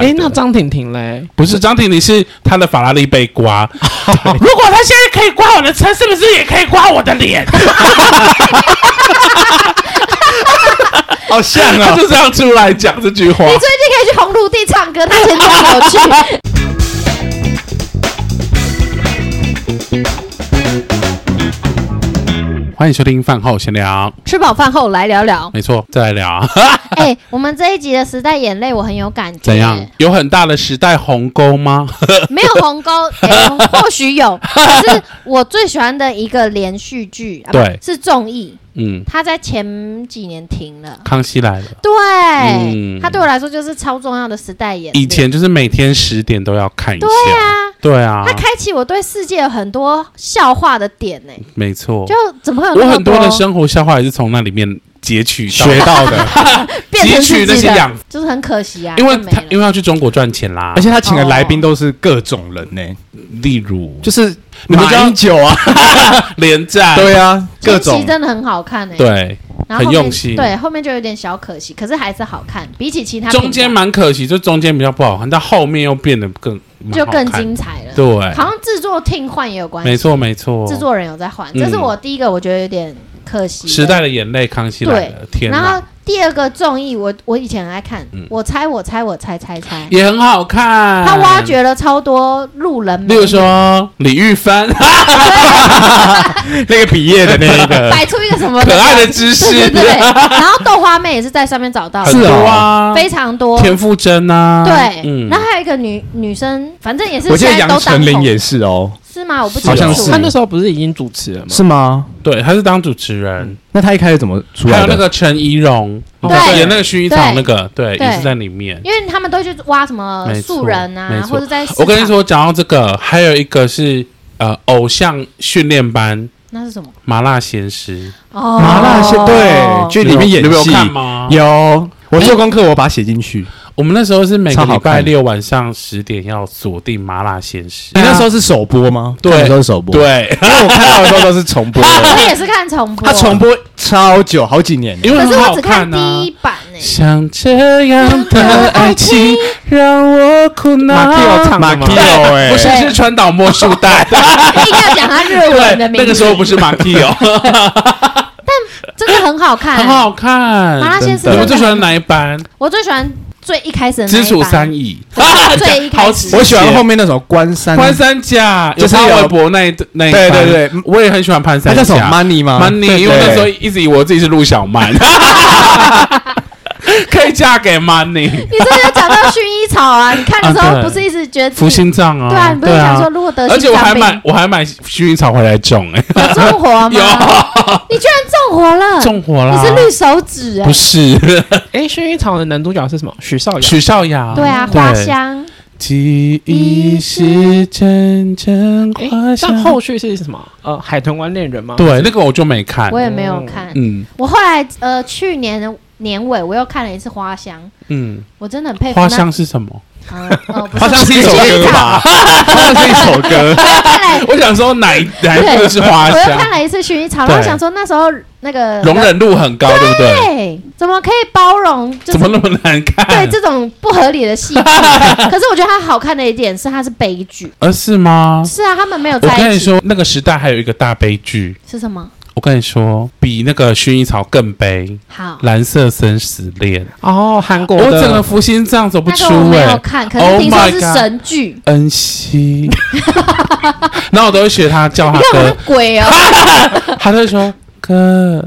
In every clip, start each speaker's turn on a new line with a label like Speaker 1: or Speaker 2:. Speaker 1: 哎，那张婷婷嘞？
Speaker 2: 不是张婷婷是她的法拉利被刮，
Speaker 3: 如果他现在可以刮我的车，是不是也可以刮我的脸？
Speaker 2: 好像啊，她就这样出来讲这句话
Speaker 4: 你。最近可以去红土地唱歌，他前脚有去。
Speaker 2: 欢迎收听饭后闲聊，
Speaker 4: 吃饱饭后来聊聊。
Speaker 2: 没错，再来聊 啊，
Speaker 4: 哎、我们这一集的时代眼泪，我很有感觉。
Speaker 2: 怎样？？有很大的时代鸿沟吗？
Speaker 4: 没有 鸿沟、哎或许有。可是我最喜欢的一个连续剧，啊不
Speaker 2: 对
Speaker 4: 是综艺，
Speaker 2: 嗯，
Speaker 4: 它在前几年停了。
Speaker 2: 康熙来了，
Speaker 4: 对，
Speaker 2: 嗯
Speaker 4: 它对我来说就是超重要的时代眼泪。
Speaker 2: 以前就是每天十点都要看一下
Speaker 4: 对，啊，
Speaker 2: 对啊
Speaker 4: 它，开启我对世界有很多笑话的点呢、
Speaker 2: 没错，
Speaker 4: 就怎么会有
Speaker 2: 我
Speaker 4: 那
Speaker 2: 很
Speaker 4: 么多
Speaker 2: 多的生活笑话也是从那里面截取
Speaker 3: 学到 的，
Speaker 4: 变成
Speaker 2: 汲取
Speaker 4: 自己
Speaker 2: 那些
Speaker 4: 的
Speaker 2: 养，
Speaker 4: 就是很可惜啊，
Speaker 2: 因为
Speaker 4: 就没
Speaker 2: 他
Speaker 4: 了
Speaker 2: 因为要去中国赚钱啦
Speaker 3: 而，且他请的来宾都是各种人呢、
Speaker 2: 例如
Speaker 3: 就是
Speaker 2: 你们知道
Speaker 3: 马英九啊，
Speaker 2: 连战，
Speaker 3: 对啊， 各
Speaker 4: 前
Speaker 3: 种
Speaker 4: 期真的很好看诶、欸
Speaker 2: 对，
Speaker 4: 然后
Speaker 2: 很
Speaker 4: 后面
Speaker 2: 用心
Speaker 4: 对，后面就有点小可惜，可是还是好看，比起其他
Speaker 2: 中间
Speaker 4: 嘛
Speaker 2: 蛮可惜，就中间比较不好看，但后面又变得更
Speaker 4: 就更，
Speaker 2: 蛮好看
Speaker 4: 精彩了。
Speaker 2: 对，
Speaker 4: 好像制作听换也有关系，
Speaker 2: 没错没错，
Speaker 4: 制作人有在换，
Speaker 2: 嗯
Speaker 4: 这是我第一个我觉得有点可惜的
Speaker 2: 时代的眼泪，康熙来了，天
Speaker 4: 然后
Speaker 2: 哪，
Speaker 4: 第二个综艺，我我以前很爱看，
Speaker 2: 嗯
Speaker 4: 我猜我猜我猜猜猜，
Speaker 2: 也很好看，
Speaker 4: 他挖。掘了超多路人美
Speaker 2: 例
Speaker 4: 女，
Speaker 2: 如说李玉芬，
Speaker 3: 那个毕业的那一个，
Speaker 4: 摆出一个什么
Speaker 2: 呃可爱的
Speaker 4: 表
Speaker 2: 知识
Speaker 4: 情，对对对。然后豆花妹也是在上面找到的，
Speaker 2: 很
Speaker 3: 是
Speaker 2: 多
Speaker 3: 哦
Speaker 2: 啊，
Speaker 4: 非常多，
Speaker 2: 田馥甄啊，
Speaker 4: 对，
Speaker 2: 嗯
Speaker 4: 然，后还有一个女女生，反正也是
Speaker 3: 我记得
Speaker 4: 现在
Speaker 3: 杨
Speaker 4: 都当
Speaker 3: 丞琳
Speaker 4: 红
Speaker 3: 也是哦，
Speaker 4: 是吗？我不清楚，
Speaker 3: 好像是
Speaker 1: 啊他那时候不是已经主持了吗？
Speaker 3: 吗？
Speaker 2: 对，她是当主持人，
Speaker 3: 那他一开始怎么出
Speaker 2: 还有
Speaker 3: 来
Speaker 2: 那
Speaker 3: 的？
Speaker 2: 个陈怡蓉，
Speaker 4: 对
Speaker 2: 演那个薰衣草
Speaker 4: 对
Speaker 2: 那个，对，
Speaker 4: 对
Speaker 2: 也是在里面。
Speaker 4: 因为他们都去挖什么
Speaker 2: 没错
Speaker 4: 素人
Speaker 2: 没
Speaker 4: 啊，
Speaker 2: 错
Speaker 4: 或者在市场
Speaker 2: 我跟你，说，讲到这个，还有一个是呃，偶像训练班
Speaker 4: 那是什么？
Speaker 2: 麻辣鲜师，
Speaker 4: 哦，
Speaker 3: 麻辣鲜对，去里面演
Speaker 2: 你有你有
Speaker 3: 戏，
Speaker 2: 看吗？
Speaker 3: 有。我做功课，我把它写进去。
Speaker 2: 我们那时候是每个
Speaker 3: 超好
Speaker 2: 礼拜
Speaker 3: 看
Speaker 2: 六晚上十点要锁定麻辣鲜师。
Speaker 3: 哎你那时候是首播吗？
Speaker 2: 对
Speaker 3: 那时候是首播。，
Speaker 2: 对，
Speaker 3: 因为我看到的时候都是重 播的，
Speaker 4: 我也是看重播，
Speaker 3: 它重播超久，好几年。
Speaker 2: 因为
Speaker 4: 可是
Speaker 2: 很
Speaker 4: 我
Speaker 2: 好
Speaker 4: 只看
Speaker 2: 看
Speaker 4: 第
Speaker 2: 啊
Speaker 4: 一。版欸呢。
Speaker 2: 像这样的爱情让我苦恼。
Speaker 1: 马蒂奥唱的
Speaker 3: 马
Speaker 1: 吗
Speaker 3: 蒂奥哎
Speaker 2: 不是是川岛茉树 代，
Speaker 4: 硬要讲他日文
Speaker 2: 对，
Speaker 4: 的名字，
Speaker 2: 那个时候不是马蒂奥，
Speaker 4: 真的很好看，
Speaker 2: 很好看。
Speaker 4: 麻辣鲜
Speaker 2: 你
Speaker 4: 师真的
Speaker 2: 们最喜欢哪一班？
Speaker 4: 我最喜欢最一开始的那
Speaker 2: 知
Speaker 4: 一
Speaker 2: 楚
Speaker 4: 版
Speaker 2: 三乙，
Speaker 4: 最一开
Speaker 2: 好
Speaker 4: 始，
Speaker 3: 我喜欢后面那首《关山》，
Speaker 2: 潘三甲，
Speaker 3: 就是
Speaker 2: 有
Speaker 3: 有
Speaker 2: 潘玮柏那一那一
Speaker 3: 对
Speaker 2: 班
Speaker 3: 对对，
Speaker 2: 我也很喜欢潘
Speaker 3: 它
Speaker 2: 三
Speaker 3: 叫
Speaker 2: 甲。
Speaker 3: 什么 Money 吗
Speaker 2: Money，因为那时候一直以为我自己是陆 小曼，可以嫁给 Money。
Speaker 4: 啊你这就讲到薰衣草 啊！你看的时
Speaker 2: 啊
Speaker 4: 候
Speaker 2: 对
Speaker 4: 不是一直觉得自己
Speaker 2: 服心脏啊，
Speaker 4: 对啊？你不是想说如果得
Speaker 2: 而且
Speaker 4: 心
Speaker 2: 我还
Speaker 4: 脏病
Speaker 2: 买，我还买薰衣草回来种，哎，
Speaker 4: 有纵 火吗？你居然纵火了！
Speaker 2: 种活啦。
Speaker 4: 你是绿手指哎、
Speaker 2: 啊不是
Speaker 1: 哎，薰衣草的男主角是什么？许绍洋。
Speaker 2: 许绍洋？
Speaker 4: 对啊，花。香
Speaker 2: 记忆是阵阵
Speaker 1: 哎
Speaker 2: 花，香
Speaker 1: 但。后续是什么？呃，海豚湾恋人吗？
Speaker 2: 对，那个我就没看
Speaker 4: 啊我。也没有看。
Speaker 2: 啊嗯
Speaker 4: 我后来呃去年年尾我又看了一次花香，
Speaker 2: 嗯，
Speaker 4: 我真的很佩服
Speaker 2: 花
Speaker 4: 那
Speaker 2: 香是什么？
Speaker 4: 嗯呃不是
Speaker 3: 好像是一首
Speaker 4: 薰衣
Speaker 3: 歌
Speaker 4: 草
Speaker 3: 吧？好像是一首歌。
Speaker 4: 看来
Speaker 2: 我想说哪一哪一部是花
Speaker 4: 我又
Speaker 2: 香？
Speaker 4: 看了一次薰衣草，然后
Speaker 2: 对
Speaker 4: 想说那时候那个
Speaker 2: 容忍度很高，对不对？
Speaker 4: 对，怎么可以包容？就
Speaker 2: 怎
Speaker 4: 是
Speaker 2: 么那么难看？
Speaker 4: 对这种不合理的 戏剧，可是我觉得它好看的一点是它是悲剧。
Speaker 2: 呃，是吗？
Speaker 4: 是啊，他们没有
Speaker 2: 我
Speaker 4: 在
Speaker 2: 跟
Speaker 4: 一
Speaker 2: 你
Speaker 4: 起
Speaker 2: 说，那个时代还有一个大悲剧。
Speaker 4: 是什么？
Speaker 2: 我跟你说，比那个薰衣草更悲，
Speaker 4: 好
Speaker 2: 《蓝色生死恋》。
Speaker 1: 哦，韩国
Speaker 2: 我整个
Speaker 1: 的。
Speaker 2: 福星这样走不
Speaker 4: 那个我
Speaker 2: 出
Speaker 4: 没
Speaker 2: 哎、
Speaker 4: 有看，可
Speaker 2: Oh
Speaker 4: 是听说
Speaker 2: my
Speaker 4: 是
Speaker 2: God
Speaker 4: 神剧。
Speaker 2: 恩 熙，然后我都会学他叫
Speaker 4: 你
Speaker 2: 他
Speaker 4: 看我
Speaker 2: 哥
Speaker 4: 是，鬼哦，
Speaker 2: 他就会说哥，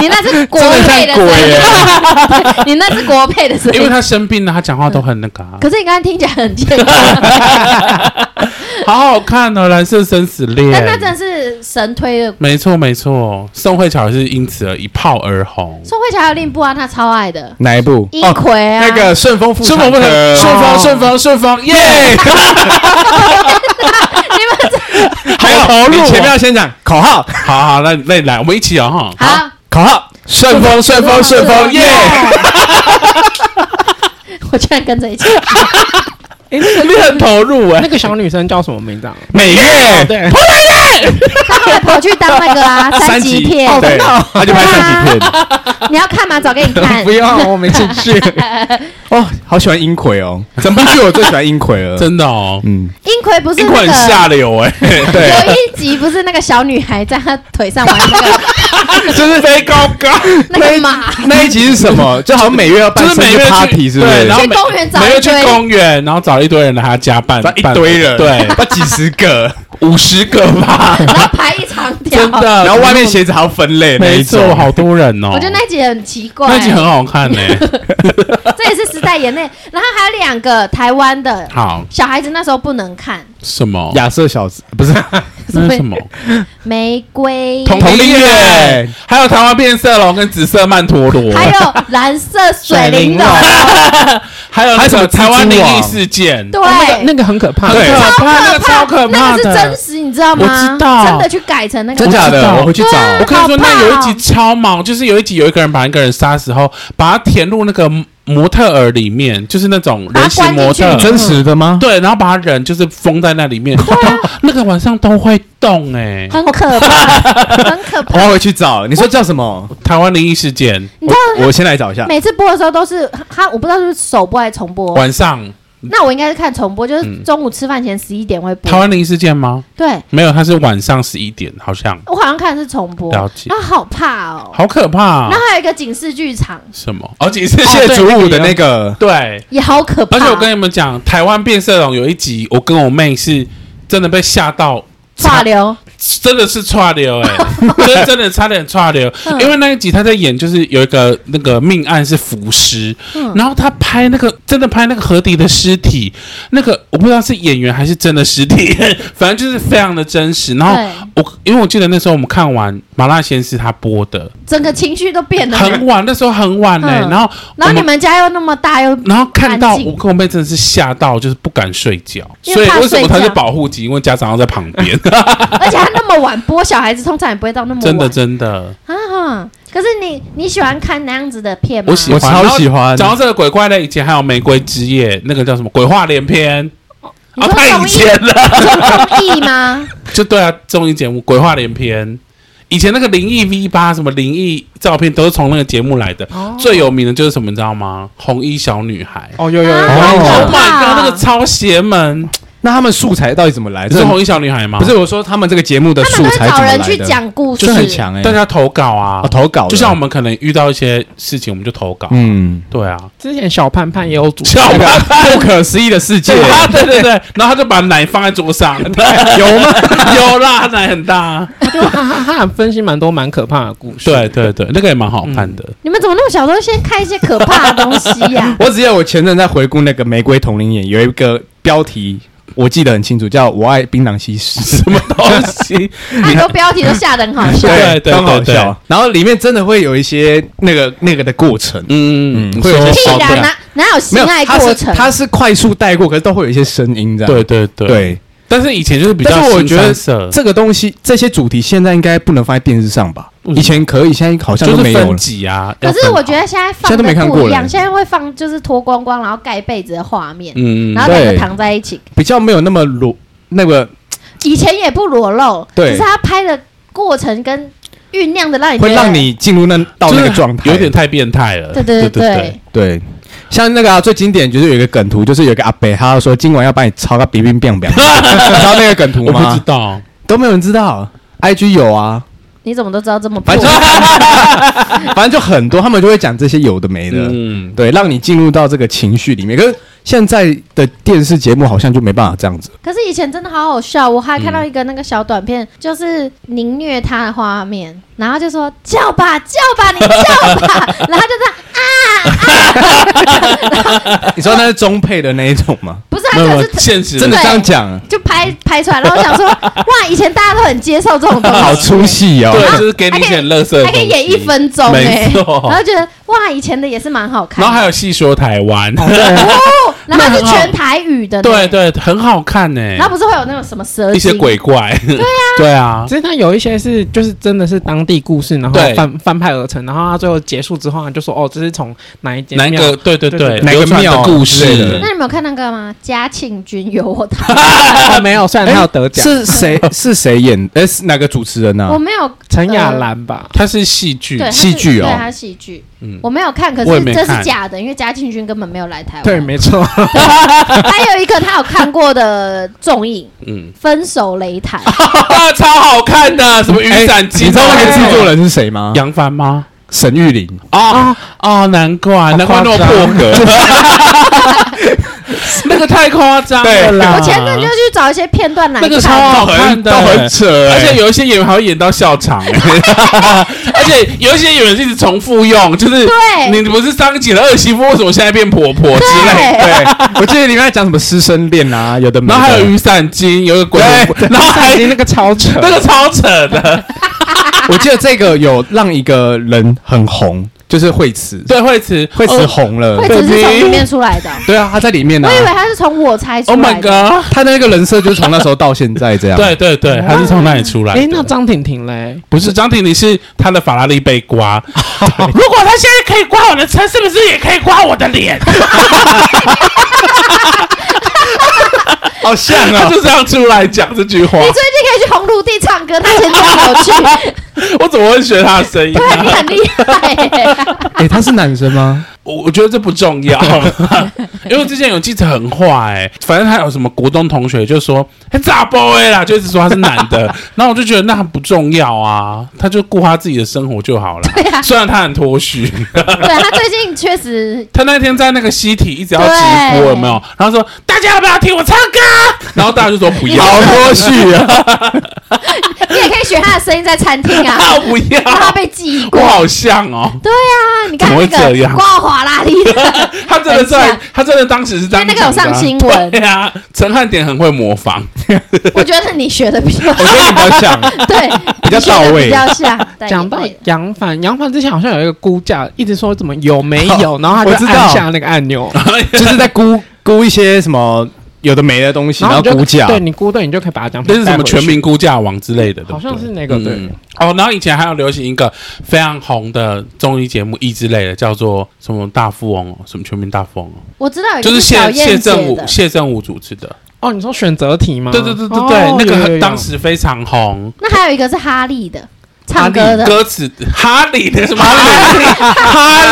Speaker 4: 你那是国
Speaker 3: 真的
Speaker 4: 配的
Speaker 3: 像
Speaker 4: 声
Speaker 3: 鬼耶
Speaker 4: 音，你那是国配的声
Speaker 2: 因为
Speaker 4: 音。
Speaker 2: 他生病了，他讲话都很那个、啊，
Speaker 4: 可是你刚刚听起来很啊健康，
Speaker 2: 好好看哦，《蓝色生死恋
Speaker 4: 哎但那》真的是神推的。
Speaker 2: 没错没错，宋慧乔也是因此而一炮而红。
Speaker 4: 宋慧乔还有令布啊安，他超爱的
Speaker 3: 哪一部？
Speaker 4: 一葵啊，
Speaker 3: 那 个顺丰妇
Speaker 2: 顺
Speaker 3: 产
Speaker 2: 风不
Speaker 3: 科
Speaker 2: 能，顺风顺风顺风，耶！
Speaker 3: 还有
Speaker 2: 好投入
Speaker 3: 你
Speaker 2: 哦
Speaker 3: 前面要先讲口号，
Speaker 2: 好好，那那你来，我们一起摇哈。
Speaker 4: 好，
Speaker 3: 口号，顺风顺风 顺风耶！
Speaker 4: 我居然跟着一起。
Speaker 1: 哎，那
Speaker 2: 你
Speaker 1: 个
Speaker 2: 很投入
Speaker 3: 欸
Speaker 2: 哎、
Speaker 1: 那个小女生叫什么名字啊？
Speaker 2: 每
Speaker 3: 哎
Speaker 2: 月
Speaker 1: 对，
Speaker 4: 他后来跑去当那个啦三级片，
Speaker 5: 哦
Speaker 4: 哦
Speaker 2: 对，他就拍三级 片，
Speaker 4: 你要看吗？找给你看
Speaker 5: 不。要，我没兴趣。哦，好喜欢英奎 哦，整部剧我最喜欢英奎了。
Speaker 2: 真的哦，
Speaker 5: 嗯，
Speaker 4: 英奎不是
Speaker 2: 英
Speaker 4: 那
Speaker 2: 国很
Speaker 4: 个
Speaker 2: 下流哎、
Speaker 5: 对，
Speaker 4: 有一集不是那个小女孩在她腿上玩那个
Speaker 2: 就是 飞高高，
Speaker 4: 那个马，
Speaker 5: 那一集是什么？ 就好像每月要办
Speaker 2: 就是
Speaker 5: 生
Speaker 2: 每
Speaker 5: 日
Speaker 2: 月去
Speaker 5: party 是不
Speaker 2: 对，
Speaker 5: 是？
Speaker 2: 然后每
Speaker 4: 去公园找一
Speaker 2: 每月去
Speaker 4: 堆
Speaker 2: 公园，然后找一堆人来他家办，
Speaker 5: 一
Speaker 2: 办
Speaker 5: 堆人，
Speaker 2: 对，
Speaker 5: 把几十个、五十个 吧，
Speaker 4: 然后排一长条。
Speaker 2: 真的，
Speaker 5: 然后外面鞋子还要分类那
Speaker 2: 没
Speaker 5: 一
Speaker 2: 错，
Speaker 5: 种。
Speaker 2: 好多人哦，
Speaker 4: 我觉得那一集很奇怪，
Speaker 2: 那集很好看欸呢、
Speaker 4: 这也是时代眼泪。然后还有两个台湾的
Speaker 2: 好，
Speaker 4: 小孩子，那时候不能看
Speaker 2: 什么？
Speaker 5: 亚瑟小子不是
Speaker 2: 那是什么？
Speaker 4: 玫瑰，
Speaker 5: 同
Speaker 2: 同
Speaker 5: 龄
Speaker 2: 龄
Speaker 5: 月
Speaker 2: 月，还有台湾变色龙跟紫色曼陀罗，
Speaker 4: 还有蓝色水灵的，
Speaker 2: 还有
Speaker 5: 还有
Speaker 2: 什
Speaker 5: 什
Speaker 2: 么
Speaker 5: 么
Speaker 2: 台湾灵
Speaker 5: 蜘蛛
Speaker 2: 异
Speaker 5: 网
Speaker 2: 事件？
Speaker 4: 对，
Speaker 1: 哦那个那个很可怕，
Speaker 2: 很
Speaker 5: 对
Speaker 2: 可怕，哦那
Speaker 4: 那
Speaker 2: 个超可怕
Speaker 4: 那个是真
Speaker 2: 的。
Speaker 4: 实，你知道吗？
Speaker 2: 我知道
Speaker 4: 真的去改成那个，
Speaker 5: 真
Speaker 2: 我
Speaker 5: 假
Speaker 2: 知
Speaker 5: 的，
Speaker 2: 道
Speaker 5: 我回去
Speaker 4: 对啊
Speaker 2: 我
Speaker 5: 找。
Speaker 2: 跟你说，
Speaker 4: 好怕
Speaker 2: 那
Speaker 4: 哦
Speaker 2: 有一集超毛，就是有一集有一个人把一个人杀死后，把他填入那个模特儿里面，就是那种人形模特
Speaker 4: 把他关进去
Speaker 2: 儿，
Speaker 5: 真实的吗？
Speaker 2: 对，然后把他人就是封在那里面，
Speaker 4: 啊
Speaker 2: 都那个晚上都会动哎、
Speaker 4: 很 可怕，很可
Speaker 5: 我
Speaker 4: 怕。
Speaker 5: 要回去找。你说叫什么？
Speaker 2: 台湾灵异事件
Speaker 4: 你知道
Speaker 5: 我我先来找一下。
Speaker 4: 每次播的时候都是他，我不知道是首播还是重播。
Speaker 2: 晚上，
Speaker 4: 那我应该是看重播，就是中午吃饭前十一点会
Speaker 2: 嗯台
Speaker 4: 播。
Speaker 2: 湾灵异事件吗？
Speaker 4: 对，
Speaker 2: 没有，它是晚上十一点，好像
Speaker 4: 我好像看的是重播，
Speaker 2: 了解
Speaker 4: 然后好怕哦。
Speaker 2: 好可怕、
Speaker 4: 然后还有一个警示剧场
Speaker 2: 什么？而且是
Speaker 4: 哦
Speaker 5: 谢祖武的那
Speaker 2: 个
Speaker 5: 个，
Speaker 2: 对，
Speaker 4: 也好可怕，
Speaker 2: 而且我跟你们讲，台湾变色龙有一集，我跟我妹是真的被吓到，
Speaker 4: 化流
Speaker 2: 真的是差流哎、 欸，真真的差点差流，
Speaker 4: 嗯
Speaker 2: 因为那一集他在演，就是有一个那个命案是浮尸，
Speaker 4: 嗯
Speaker 2: 然后他拍那个真的拍那个河底的尸体，那个我不知道是演员还是真的尸体， 反正就是非常的真实。然后
Speaker 4: 对
Speaker 2: 我因为我记得那时候我们看完《麻辣鲜师》他播的
Speaker 4: 整哎个情绪都变了。
Speaker 2: 很晚，那时候很晚嘞、欸然
Speaker 4: 嗯
Speaker 2: 后
Speaker 4: 然
Speaker 2: 我
Speaker 4: 后你们家又那么 大，又
Speaker 2: 然后看到
Speaker 4: 安静
Speaker 2: 我跟我妹真的是吓到，就是不敢睡觉，
Speaker 4: 因
Speaker 2: 所
Speaker 4: 为
Speaker 2: 以
Speaker 4: 怕
Speaker 2: 为什么
Speaker 4: 睡
Speaker 2: 她是
Speaker 4: 觉
Speaker 2: 保护级？因为家长要在旁 边，
Speaker 4: 而且他那么晚播，小孩子通常也不会到那么晚。
Speaker 2: 真的真的，
Speaker 4: 啊哈！可是你你喜欢看那样子的片吗？
Speaker 2: 我喜欢，
Speaker 5: 我超
Speaker 2: 然后
Speaker 5: 喜欢
Speaker 2: 讲到这个鬼怪类，以前还有《玫瑰之夜》，那个叫什么《鬼话连篇》
Speaker 4: 你
Speaker 2: 啊，
Speaker 4: 说
Speaker 2: 太以
Speaker 4: 综艺
Speaker 2: 前了，
Speaker 4: 综艺 吗？
Speaker 2: 就对啊，综艺节目《鬼话连篇》，以前那个灵异 V 八什么灵异照片都是从那个节目来的，
Speaker 4: 哦
Speaker 2: 最有名的就是什么，你知道吗？红衣小女孩。
Speaker 1: 哦，有有有，
Speaker 4: 啊
Speaker 5: 哦
Speaker 4: 好
Speaker 2: Oh
Speaker 4: 可
Speaker 2: my
Speaker 4: 怕
Speaker 2: god！那个超邪门，
Speaker 5: 那他们素材到底怎么来？
Speaker 2: 你是
Speaker 5: 哎这
Speaker 2: 红衣小女孩吗？
Speaker 5: 不是我说他们这个节目的
Speaker 4: 他
Speaker 5: 素
Speaker 4: 们都
Speaker 5: 材
Speaker 4: 会
Speaker 5: 怎
Speaker 4: 找
Speaker 5: 么来
Speaker 4: 人
Speaker 5: 的？
Speaker 4: 去讲故事，
Speaker 5: 就很强哎
Speaker 2: 大，家投稿啊
Speaker 5: 哦，投稿的
Speaker 2: 就像我们可能遇到一些事情，我们就投稿。
Speaker 5: 嗯，
Speaker 2: 对啊，
Speaker 1: 之前小盼盼也有主持，
Speaker 2: 小
Speaker 5: 那
Speaker 2: 潘，
Speaker 5: 个不可思议的世界
Speaker 2: 对 啊，对对对，然后他就把奶放在桌上，
Speaker 5: 有 吗？、
Speaker 2: 有啦，奶很大。
Speaker 1: 就哈哈哈分析蛮多蛮可怕的故事。
Speaker 2: 对对对，那个也蛮好看的。
Speaker 4: 你们怎么那么小都先看一些可怕的东西呀
Speaker 5: 我只有我前阵在回顾那个《玫瑰同龄眼》，有一个标题我记得很清楚，叫“我爱槟榔西施
Speaker 2: 什么东西？
Speaker 4: 很多标啊题都吓得很好”，笑。
Speaker 2: 对对
Speaker 5: 刚好
Speaker 2: 对对
Speaker 5: 笑。然后里面真的会有一些那个那个的过程，
Speaker 2: 嗯
Speaker 5: 嗯
Speaker 2: 嗯，
Speaker 5: 会有
Speaker 2: 说
Speaker 5: 些
Speaker 4: 屁
Speaker 2: 烧
Speaker 4: 啦，
Speaker 2: 掉
Speaker 4: 哪哪有
Speaker 5: 没
Speaker 4: 性
Speaker 5: 有，
Speaker 4: 爱
Speaker 5: 它
Speaker 4: 过
Speaker 5: 是
Speaker 4: 程？
Speaker 5: 它是快速带过，可是都会有一些声音这样。
Speaker 2: 对对对。
Speaker 5: 对，
Speaker 2: 但是以前就是比较
Speaker 5: 但是我
Speaker 2: 新
Speaker 5: 觉得
Speaker 2: 三色，
Speaker 5: 这个东西这些主题现在应该不能放在电视上
Speaker 2: 嗯
Speaker 5: 吧？以前可以，现在好像
Speaker 2: 就是
Speaker 5: 都没有
Speaker 2: 分
Speaker 5: 了。
Speaker 2: 级啊。
Speaker 4: 可是
Speaker 2: 要分
Speaker 4: 我觉得现在放
Speaker 5: 现在都没
Speaker 4: 的
Speaker 5: 看
Speaker 4: 不
Speaker 5: 过
Speaker 4: 一
Speaker 5: 了
Speaker 4: 样，现在会放就是脱光光，然后盖被子的画面，
Speaker 2: 嗯，
Speaker 4: 然后两个
Speaker 5: 对
Speaker 4: 躺在一起。
Speaker 5: 比较没有那么裸，那个
Speaker 4: 以前也不裸露，
Speaker 5: 对
Speaker 4: 只是他拍的过程跟酝酿的让你觉
Speaker 5: 会
Speaker 4: 得
Speaker 5: 让你进入那到那个状态，
Speaker 2: 有点太变态了。
Speaker 4: 对
Speaker 2: 对
Speaker 4: 对 对，
Speaker 5: 对。像那个、啊、最经典就是有一个梗图，就是有一个阿伯，他说今晚要把你抄个鼻冰冰冰，你 知道那个梗图
Speaker 2: 我不知
Speaker 5: 吗？
Speaker 2: 道，
Speaker 5: 都没有人知道，IG 有啊，
Speaker 4: 你怎么都知道这么破
Speaker 5: 反？正反正 就很多，他们就会讲这些有的没的，
Speaker 2: 嗯，
Speaker 5: 对，让你进入到这个情绪里面。可是现在的电视节目好像就没办法这样子，
Speaker 4: 可是以前真的好好笑，我还看到一个那个小短片，就是凌虐他的画面，然后就说叫吧叫吧你叫 吧，然后就这样，啊
Speaker 5: 你知道那是中配的那一种吗？
Speaker 4: 不是他
Speaker 2: 没有没
Speaker 4: 就
Speaker 2: 有
Speaker 4: 是
Speaker 2: 现实
Speaker 5: 真的
Speaker 4: 对
Speaker 5: 这样讲，
Speaker 4: 就拍拍出来，然后我 想说哇，以前大家都很接受这种东西，
Speaker 5: 好出戏哦。
Speaker 2: 对，就是给你一
Speaker 4: 还可以
Speaker 2: 点乐色，
Speaker 4: 还可以演一分钟
Speaker 2: 没
Speaker 4: 哎、
Speaker 2: 错
Speaker 4: 然后觉得哇，哇，以前的也是蛮好看
Speaker 2: 然
Speaker 4: 的。
Speaker 2: 后还有戏说台湾，
Speaker 4: 哦，然后它是全台语的，
Speaker 2: 对。对，很好看呢、
Speaker 4: 然后不是会有那种什么蛇
Speaker 2: 一些
Speaker 4: 精
Speaker 2: 鬼怪，对啊， 对啊，
Speaker 1: 其实它有一些是就是真的是当地故事，然后
Speaker 2: 对
Speaker 1: 翻翻拍而成，然后它最后结束之后它就说哦，这是从哪一间
Speaker 2: 哪一
Speaker 1: 庙
Speaker 2: 个？对对
Speaker 1: 对
Speaker 2: 对，
Speaker 1: 对
Speaker 5: 哪个
Speaker 2: 流传的
Speaker 5: 庙
Speaker 2: 故
Speaker 5: 之类的
Speaker 2: 事
Speaker 4: 那？你们有看那个吗？嘉庆君有我 他，
Speaker 1: 啊没有，虽然它有得
Speaker 2: 哎
Speaker 1: 奖，
Speaker 5: 是谁是谁演？哎，是哪个主持人呢啊
Speaker 4: 我？没有
Speaker 1: 陈雅兰吧？
Speaker 2: 它是嗯戏剧
Speaker 4: 对，它，是
Speaker 5: 戏剧哦
Speaker 4: 对，它是戏剧。
Speaker 2: 嗯
Speaker 4: 我没有看，可
Speaker 2: 我也
Speaker 4: 是
Speaker 2: 没
Speaker 4: 这是
Speaker 2: 看
Speaker 4: 假的，因为嘉庆君根本没有来台湾。
Speaker 1: 对，没错，
Speaker 4: 还有一个 他有看过的综艺
Speaker 2: 嗯，
Speaker 4: 《分手擂台》，
Speaker 2: 超 好看的，什么雨伞
Speaker 5: 哎你
Speaker 2: 机，
Speaker 5: 知道那个制作人是谁
Speaker 1: 哦
Speaker 5: 吗？
Speaker 2: 杨帆吗？
Speaker 5: 沈玉琳，
Speaker 2: 啊哦，难怪难怪那么破格， 那个太夸 张了啦！
Speaker 4: 我前阵就去找一些片段来
Speaker 2: 那
Speaker 4: 看。
Speaker 2: 个超好看的，
Speaker 5: 都很扯哎，
Speaker 2: 而且有一些演员还会演到笑场，而且有一些演员是一直重复用，就是
Speaker 4: 对
Speaker 2: 你不是当姐的二媳妇，为什么现在变婆婆之类？
Speaker 4: 对，
Speaker 5: 对，我记得里面还讲什么师生恋啊，有的没的，
Speaker 2: 然后还有雨伞精，有一个鬼魂，然后还
Speaker 1: 已经那个超扯，
Speaker 2: 那个超扯的，
Speaker 5: 我记得这个有让一个人很红，就是惠慈，
Speaker 2: 对哦惠慈，
Speaker 5: 惠慈
Speaker 3: 哦
Speaker 5: 红了
Speaker 4: 惠，子是从里面出 来的，
Speaker 5: 对啊，她在里面呢
Speaker 4: 我以，为他是从我猜出
Speaker 2: ，Oh
Speaker 4: 来
Speaker 2: my
Speaker 4: 的。
Speaker 2: god！
Speaker 5: 她的那个人设就是从那时候到现在这样，
Speaker 2: 对对对，他是从那里出来的。
Speaker 1: 哎，那张婷婷嘞？
Speaker 2: 不是张婷婷是她的法拉利被刮，哦
Speaker 3: 如果他现在可以刮我的车，是不是也可以刮我的脸？
Speaker 5: 好像 啊
Speaker 2: 她就这样出来讲这句话
Speaker 4: 你。最近可以去红土地唱歌，他前脚有去，
Speaker 2: 我怎么会学她的声音、
Speaker 4: 对你
Speaker 2: 啊？
Speaker 4: 很厉害耶。
Speaker 5: 哎，他是男生吗？
Speaker 2: 我我觉得这不重 要，因为之前有记者很坏、欸，反正他有什么国中同学就说“咋 boy 欸啦”，就一直说他是男的，然后我就觉得那很不重要啊，他就顾他自己的生活就好了。
Speaker 4: 对啊
Speaker 2: 虽然他很脱序，
Speaker 4: 对他最近确实
Speaker 2: 他那天在那个西体一直要直播，
Speaker 4: 对
Speaker 2: 有没有？然后说大家要不要听我唱歌？然后大家就说不要，
Speaker 5: 好脱序啊！
Speaker 4: 你也可以学他的声音在餐厅啊，
Speaker 2: 啊不要，
Speaker 4: 让他被记忆
Speaker 2: 我
Speaker 4: 过。
Speaker 2: 好像哦，
Speaker 4: 对啊，你看
Speaker 2: 怎么
Speaker 4: 那
Speaker 2: 会这
Speaker 4: 个
Speaker 2: 样
Speaker 4: 刮滑拉力 的，
Speaker 2: 他真的
Speaker 4: 很
Speaker 2: 在
Speaker 4: 像，
Speaker 2: 他真的当时是当
Speaker 4: 因为那个有上新闻
Speaker 2: 对啊，陈汉典很会模仿，
Speaker 4: 我觉得你学的比较
Speaker 5: 我 觉得你比较像，
Speaker 4: 对，
Speaker 5: 比较
Speaker 4: 你学得
Speaker 5: 到位
Speaker 4: 比较像。对
Speaker 1: 讲到
Speaker 4: 对
Speaker 1: 杨帆，杨帆之前好像有一个估价，一直说怎么有没 有，然后他
Speaker 5: 我
Speaker 1: 就
Speaker 5: 知道
Speaker 1: 按下那个按钮，
Speaker 5: 就是在估估一些什么有的没的东西，
Speaker 1: 然
Speaker 5: 然
Speaker 1: 后
Speaker 5: 后
Speaker 1: 你就
Speaker 5: 估价，
Speaker 1: 对你估对，你就可以把它讲。
Speaker 2: 那是什么全民估价网之类的，对不对
Speaker 1: 好像是那个对
Speaker 2: 嗯哦，然后以前还有流行一个非常红的综艺节目益之类的，叫做什么大富翁哦，什么全民大富翁哦，
Speaker 4: 我知道有一
Speaker 2: 就
Speaker 4: 个
Speaker 2: 是
Speaker 4: 哎小
Speaker 2: 谢谢
Speaker 4: 燕姐
Speaker 2: 振武
Speaker 4: 的，
Speaker 2: 谢振武主持的，
Speaker 1: 哦，你说选择题吗？
Speaker 2: 对对对对
Speaker 1: 哦
Speaker 2: 对，那
Speaker 1: 有有
Speaker 2: 个
Speaker 1: 有
Speaker 2: 当时非常红。
Speaker 4: 那还有一个是哈利的，唱歌的，
Speaker 2: 歌词哈利的什么哈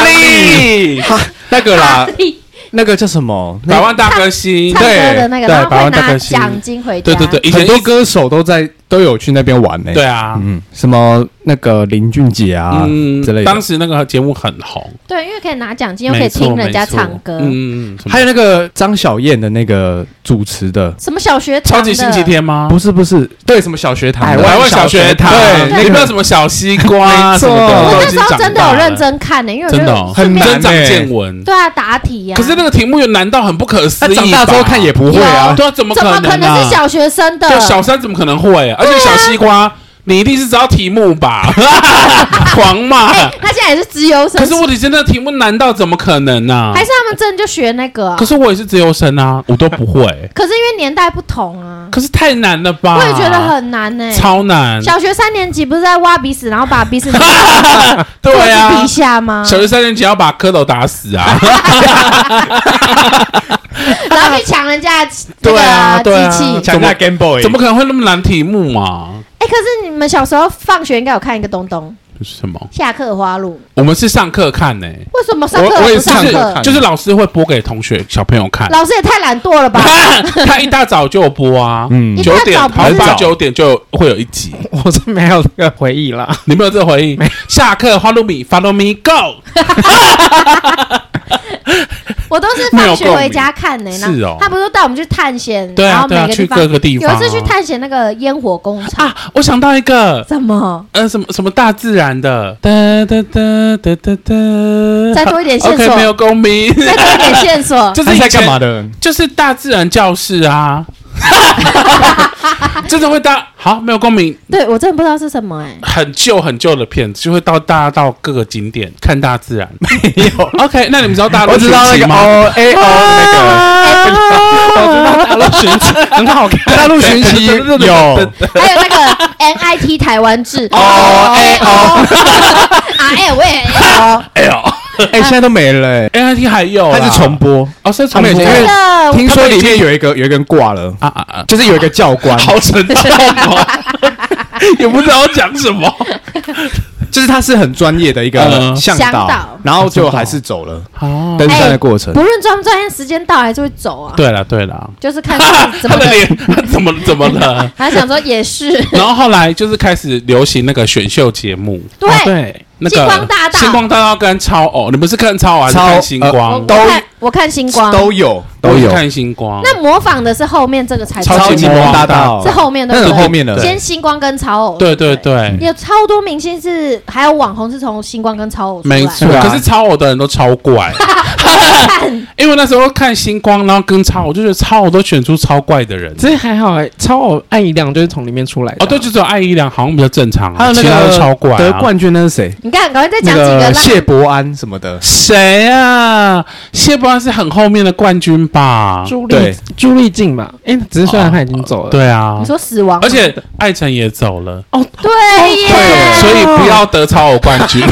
Speaker 2: 利哈利
Speaker 5: 那个
Speaker 4: 哈
Speaker 5: 啦，
Speaker 4: 利
Speaker 5: 那个叫什么？那
Speaker 2: 百万大歌星
Speaker 4: 唱歌的那个，
Speaker 2: 对
Speaker 4: 然后
Speaker 2: 百
Speaker 4: 会
Speaker 2: 万大
Speaker 4: 拿
Speaker 2: 歌星
Speaker 4: 奖金回家。
Speaker 2: 对对对，以前
Speaker 5: 很多
Speaker 2: 一直
Speaker 5: 歌手都在都有去那边玩呢、
Speaker 2: 对啊，嗯
Speaker 5: 嗯，什么那个林俊杰啊、之类的，
Speaker 2: 当时那个节目很红，
Speaker 4: 对因为可以拿奖金，又可以听人家唱歌
Speaker 2: 没错。嗯，还
Speaker 5: 还
Speaker 2: 有
Speaker 5: 有那个张小燕的那个主持的，
Speaker 4: 什么小学堂
Speaker 2: 超
Speaker 4: 的
Speaker 2: 级星期天吗？
Speaker 5: 不是不是，对什么小学堂的、
Speaker 2: 百万小学堂，
Speaker 5: 对，
Speaker 2: 里
Speaker 5: 那
Speaker 2: 面有
Speaker 5: 个
Speaker 2: 什么小西瓜什
Speaker 5: 没错
Speaker 2: 么的，
Speaker 4: 我
Speaker 2: 都已
Speaker 4: 那时
Speaker 2: 经
Speaker 4: 候
Speaker 2: 长
Speaker 4: 真的
Speaker 2: 大
Speaker 4: 有
Speaker 2: 了
Speaker 4: 认真看呢，因为我
Speaker 2: 真的
Speaker 4: 就
Speaker 2: 哦
Speaker 4: 顺便
Speaker 5: 很
Speaker 2: 增长
Speaker 5: 难欸
Speaker 2: 见闻。
Speaker 4: 对啊答题呀。
Speaker 2: 可是那个题目又难到很不可思
Speaker 5: 他
Speaker 2: 议吧，
Speaker 5: 长大之后看也不会啊，
Speaker 2: 对啊，怎么
Speaker 4: 怎么可
Speaker 2: 能
Speaker 4: 能
Speaker 2: 啊
Speaker 4: 是？小学生的？
Speaker 2: 对，小三怎么可能会啊？而且小西瓜，你一定是知道题目吧？ 狂骂。
Speaker 4: 哎，他现在也是资优生
Speaker 2: 可，是问题是那题目难到怎么可能呢
Speaker 4: 还？是他们真的就学那个啊？
Speaker 2: 可是我也是自由生啊，我都不 会。
Speaker 4: 可是因为年代不同啊，
Speaker 2: 可是太难了吧？
Speaker 4: 我也觉得很难呢。
Speaker 2: 超难。
Speaker 4: 小学三年级不是在挖鼻屎，然后把 鼻屎坐
Speaker 2: 对
Speaker 4: 在
Speaker 2: 啊
Speaker 4: 底，下吗？
Speaker 2: 小学三年级要把蝌蚪打死啊！
Speaker 4: 然后去抢人家的那
Speaker 2: 对
Speaker 4: 个
Speaker 2: 啊对啊
Speaker 4: 机器。
Speaker 5: 抢那 Game Boy，
Speaker 2: 怎么可能会那么难题目啊嘛？
Speaker 4: 哎，可是你们小时候放学应该有看一个东东
Speaker 2: 就是什么？
Speaker 4: 《下课花路》，
Speaker 2: 我们是上课看呢、
Speaker 4: 为什么上课
Speaker 5: 我我也
Speaker 4: 不
Speaker 5: 是
Speaker 4: 上
Speaker 5: 上
Speaker 4: 课
Speaker 5: 课看？
Speaker 2: 就是老师会播给同学小朋友看。
Speaker 4: 老师也太懒惰了吧！
Speaker 2: 他一大早就有播啊，
Speaker 5: 嗯
Speaker 4: 一
Speaker 2: 九点好
Speaker 4: 大早不
Speaker 2: 像
Speaker 4: 是
Speaker 2: 八九点就有会有一集。
Speaker 1: 我是没有这个回忆啦。
Speaker 2: 你没有这回忆？下课，Follow me，Follow me go。
Speaker 4: 我都是放学回家看
Speaker 2: 没
Speaker 4: 呢、
Speaker 2: 有
Speaker 4: 然
Speaker 2: 共鸣是
Speaker 4: 后
Speaker 2: 哦
Speaker 4: 他不是都带我们去探险，
Speaker 2: 对
Speaker 4: 然
Speaker 2: 啊，
Speaker 4: 后
Speaker 2: 对
Speaker 4: 每
Speaker 2: 啊，
Speaker 4: 个
Speaker 2: 去
Speaker 4: 地方。
Speaker 2: 各个地方、
Speaker 4: 有一次去探险那个烟火工厂，
Speaker 2: 啊，我想到一个，
Speaker 4: 怎么？
Speaker 2: 呃，什么什么大自然的，哒哒哒哒哒哒。
Speaker 4: 再多一点线索哦
Speaker 2: OK，没有公民，
Speaker 4: 再多一点线索
Speaker 2: ，就是
Speaker 5: 他
Speaker 2: 以
Speaker 5: 是在
Speaker 2: 前
Speaker 5: 干嘛的？
Speaker 2: 就是大自然教室啊。 真的会大好没有共鸣，
Speaker 4: 对我真的不知道是什么哎、
Speaker 2: 很旧很旧的片子，就会到大家到各个景点看大自然。
Speaker 5: 没有，
Speaker 2: OK，那你们知道大陆
Speaker 5: 我知道那
Speaker 2: 寻奇
Speaker 5: 个哦
Speaker 2: 吗？啊
Speaker 5: 哎 O A O 哎哦那个，我知道大 陆寻奇很好看，大陆寻奇有，
Speaker 4: 还有那 个 NIT 台湾制哦
Speaker 5: 哎
Speaker 4: 哦 啊哎喂 哎
Speaker 2: 哎呦
Speaker 5: 哎，现在都没了，哎
Speaker 2: ，NIT 还有啦，
Speaker 5: 它是重播，
Speaker 2: 哦，是
Speaker 5: 他
Speaker 2: 重
Speaker 5: 们以
Speaker 2: 播
Speaker 5: 前因为
Speaker 4: 哦，
Speaker 5: 听说里面有一个有一个人挂了，
Speaker 2: 啊啊啊！
Speaker 5: 就是有一个教官，
Speaker 2: 好沉 重哦，也不知道讲什么。
Speaker 5: 就是他是很专业的一个
Speaker 2: 嗯
Speaker 5: 向
Speaker 4: 向
Speaker 5: 导
Speaker 4: 导，
Speaker 5: 然后就还是走了
Speaker 4: 嗯
Speaker 2: 哦，
Speaker 5: 登山的过程
Speaker 4: 不。论专不专业，时间到还是会走啊，
Speaker 2: 对了对了，
Speaker 4: 就是看 怎
Speaker 2: 他
Speaker 4: 么
Speaker 2: 的脸他怎么怎么了？
Speaker 4: 还想说也是
Speaker 2: 然后后来就是开始流行那个选秀节目，哦
Speaker 4: 对
Speaker 1: 啊 对，
Speaker 2: 那个
Speaker 4: 星光大道
Speaker 2: 星光大道跟超偶，你们是看超呃哦偶还是
Speaker 5: 超
Speaker 2: 看星光
Speaker 4: 我？
Speaker 5: 都
Speaker 4: 看我看星光
Speaker 5: 都有
Speaker 2: 我
Speaker 5: 都
Speaker 2: 是
Speaker 5: 有，
Speaker 2: 看星光。
Speaker 4: 那模仿的是后面这个才
Speaker 2: 超级
Speaker 5: 魔
Speaker 2: 魔王
Speaker 5: 王大
Speaker 2: 大
Speaker 5: 道
Speaker 2: 道
Speaker 4: 是后面的
Speaker 5: 那很后面的，
Speaker 4: 先星光跟超偶，
Speaker 2: 对对
Speaker 4: 对
Speaker 2: 对，
Speaker 4: 有超多明星是还有网红是从星光跟超偶出来
Speaker 2: 没
Speaker 4: 的，
Speaker 2: 错。
Speaker 5: 对啊
Speaker 2: 可是超偶的人都超 怪，因为那时候看星光，然后跟超偶，就觉得超偶都选出超怪的人。
Speaker 4: 啊
Speaker 1: 只是还好哎、超偶爱一亮就是从里面出来的、
Speaker 2: 哦，对，就只有艾依良好像比较正常啊，
Speaker 5: 还有那
Speaker 2: 其他
Speaker 5: 个
Speaker 2: 都超怪啊。
Speaker 5: 得冠军那是谁？
Speaker 4: 你看，赶快再
Speaker 5: 那
Speaker 4: 讲几
Speaker 5: 个
Speaker 4: 让
Speaker 5: 谢伯安什么的，
Speaker 2: 谁啊？谢伯安是很后面的冠军吧？
Speaker 1: 朱
Speaker 5: 对
Speaker 1: 丽朱丽静嘛，哎、只是虽然她已经走了，
Speaker 2: 啊对啊
Speaker 4: 你，说死亡吗，
Speaker 2: 而且艾辰也走了，
Speaker 4: 对耶，
Speaker 2: 所以不要得超偶冠军，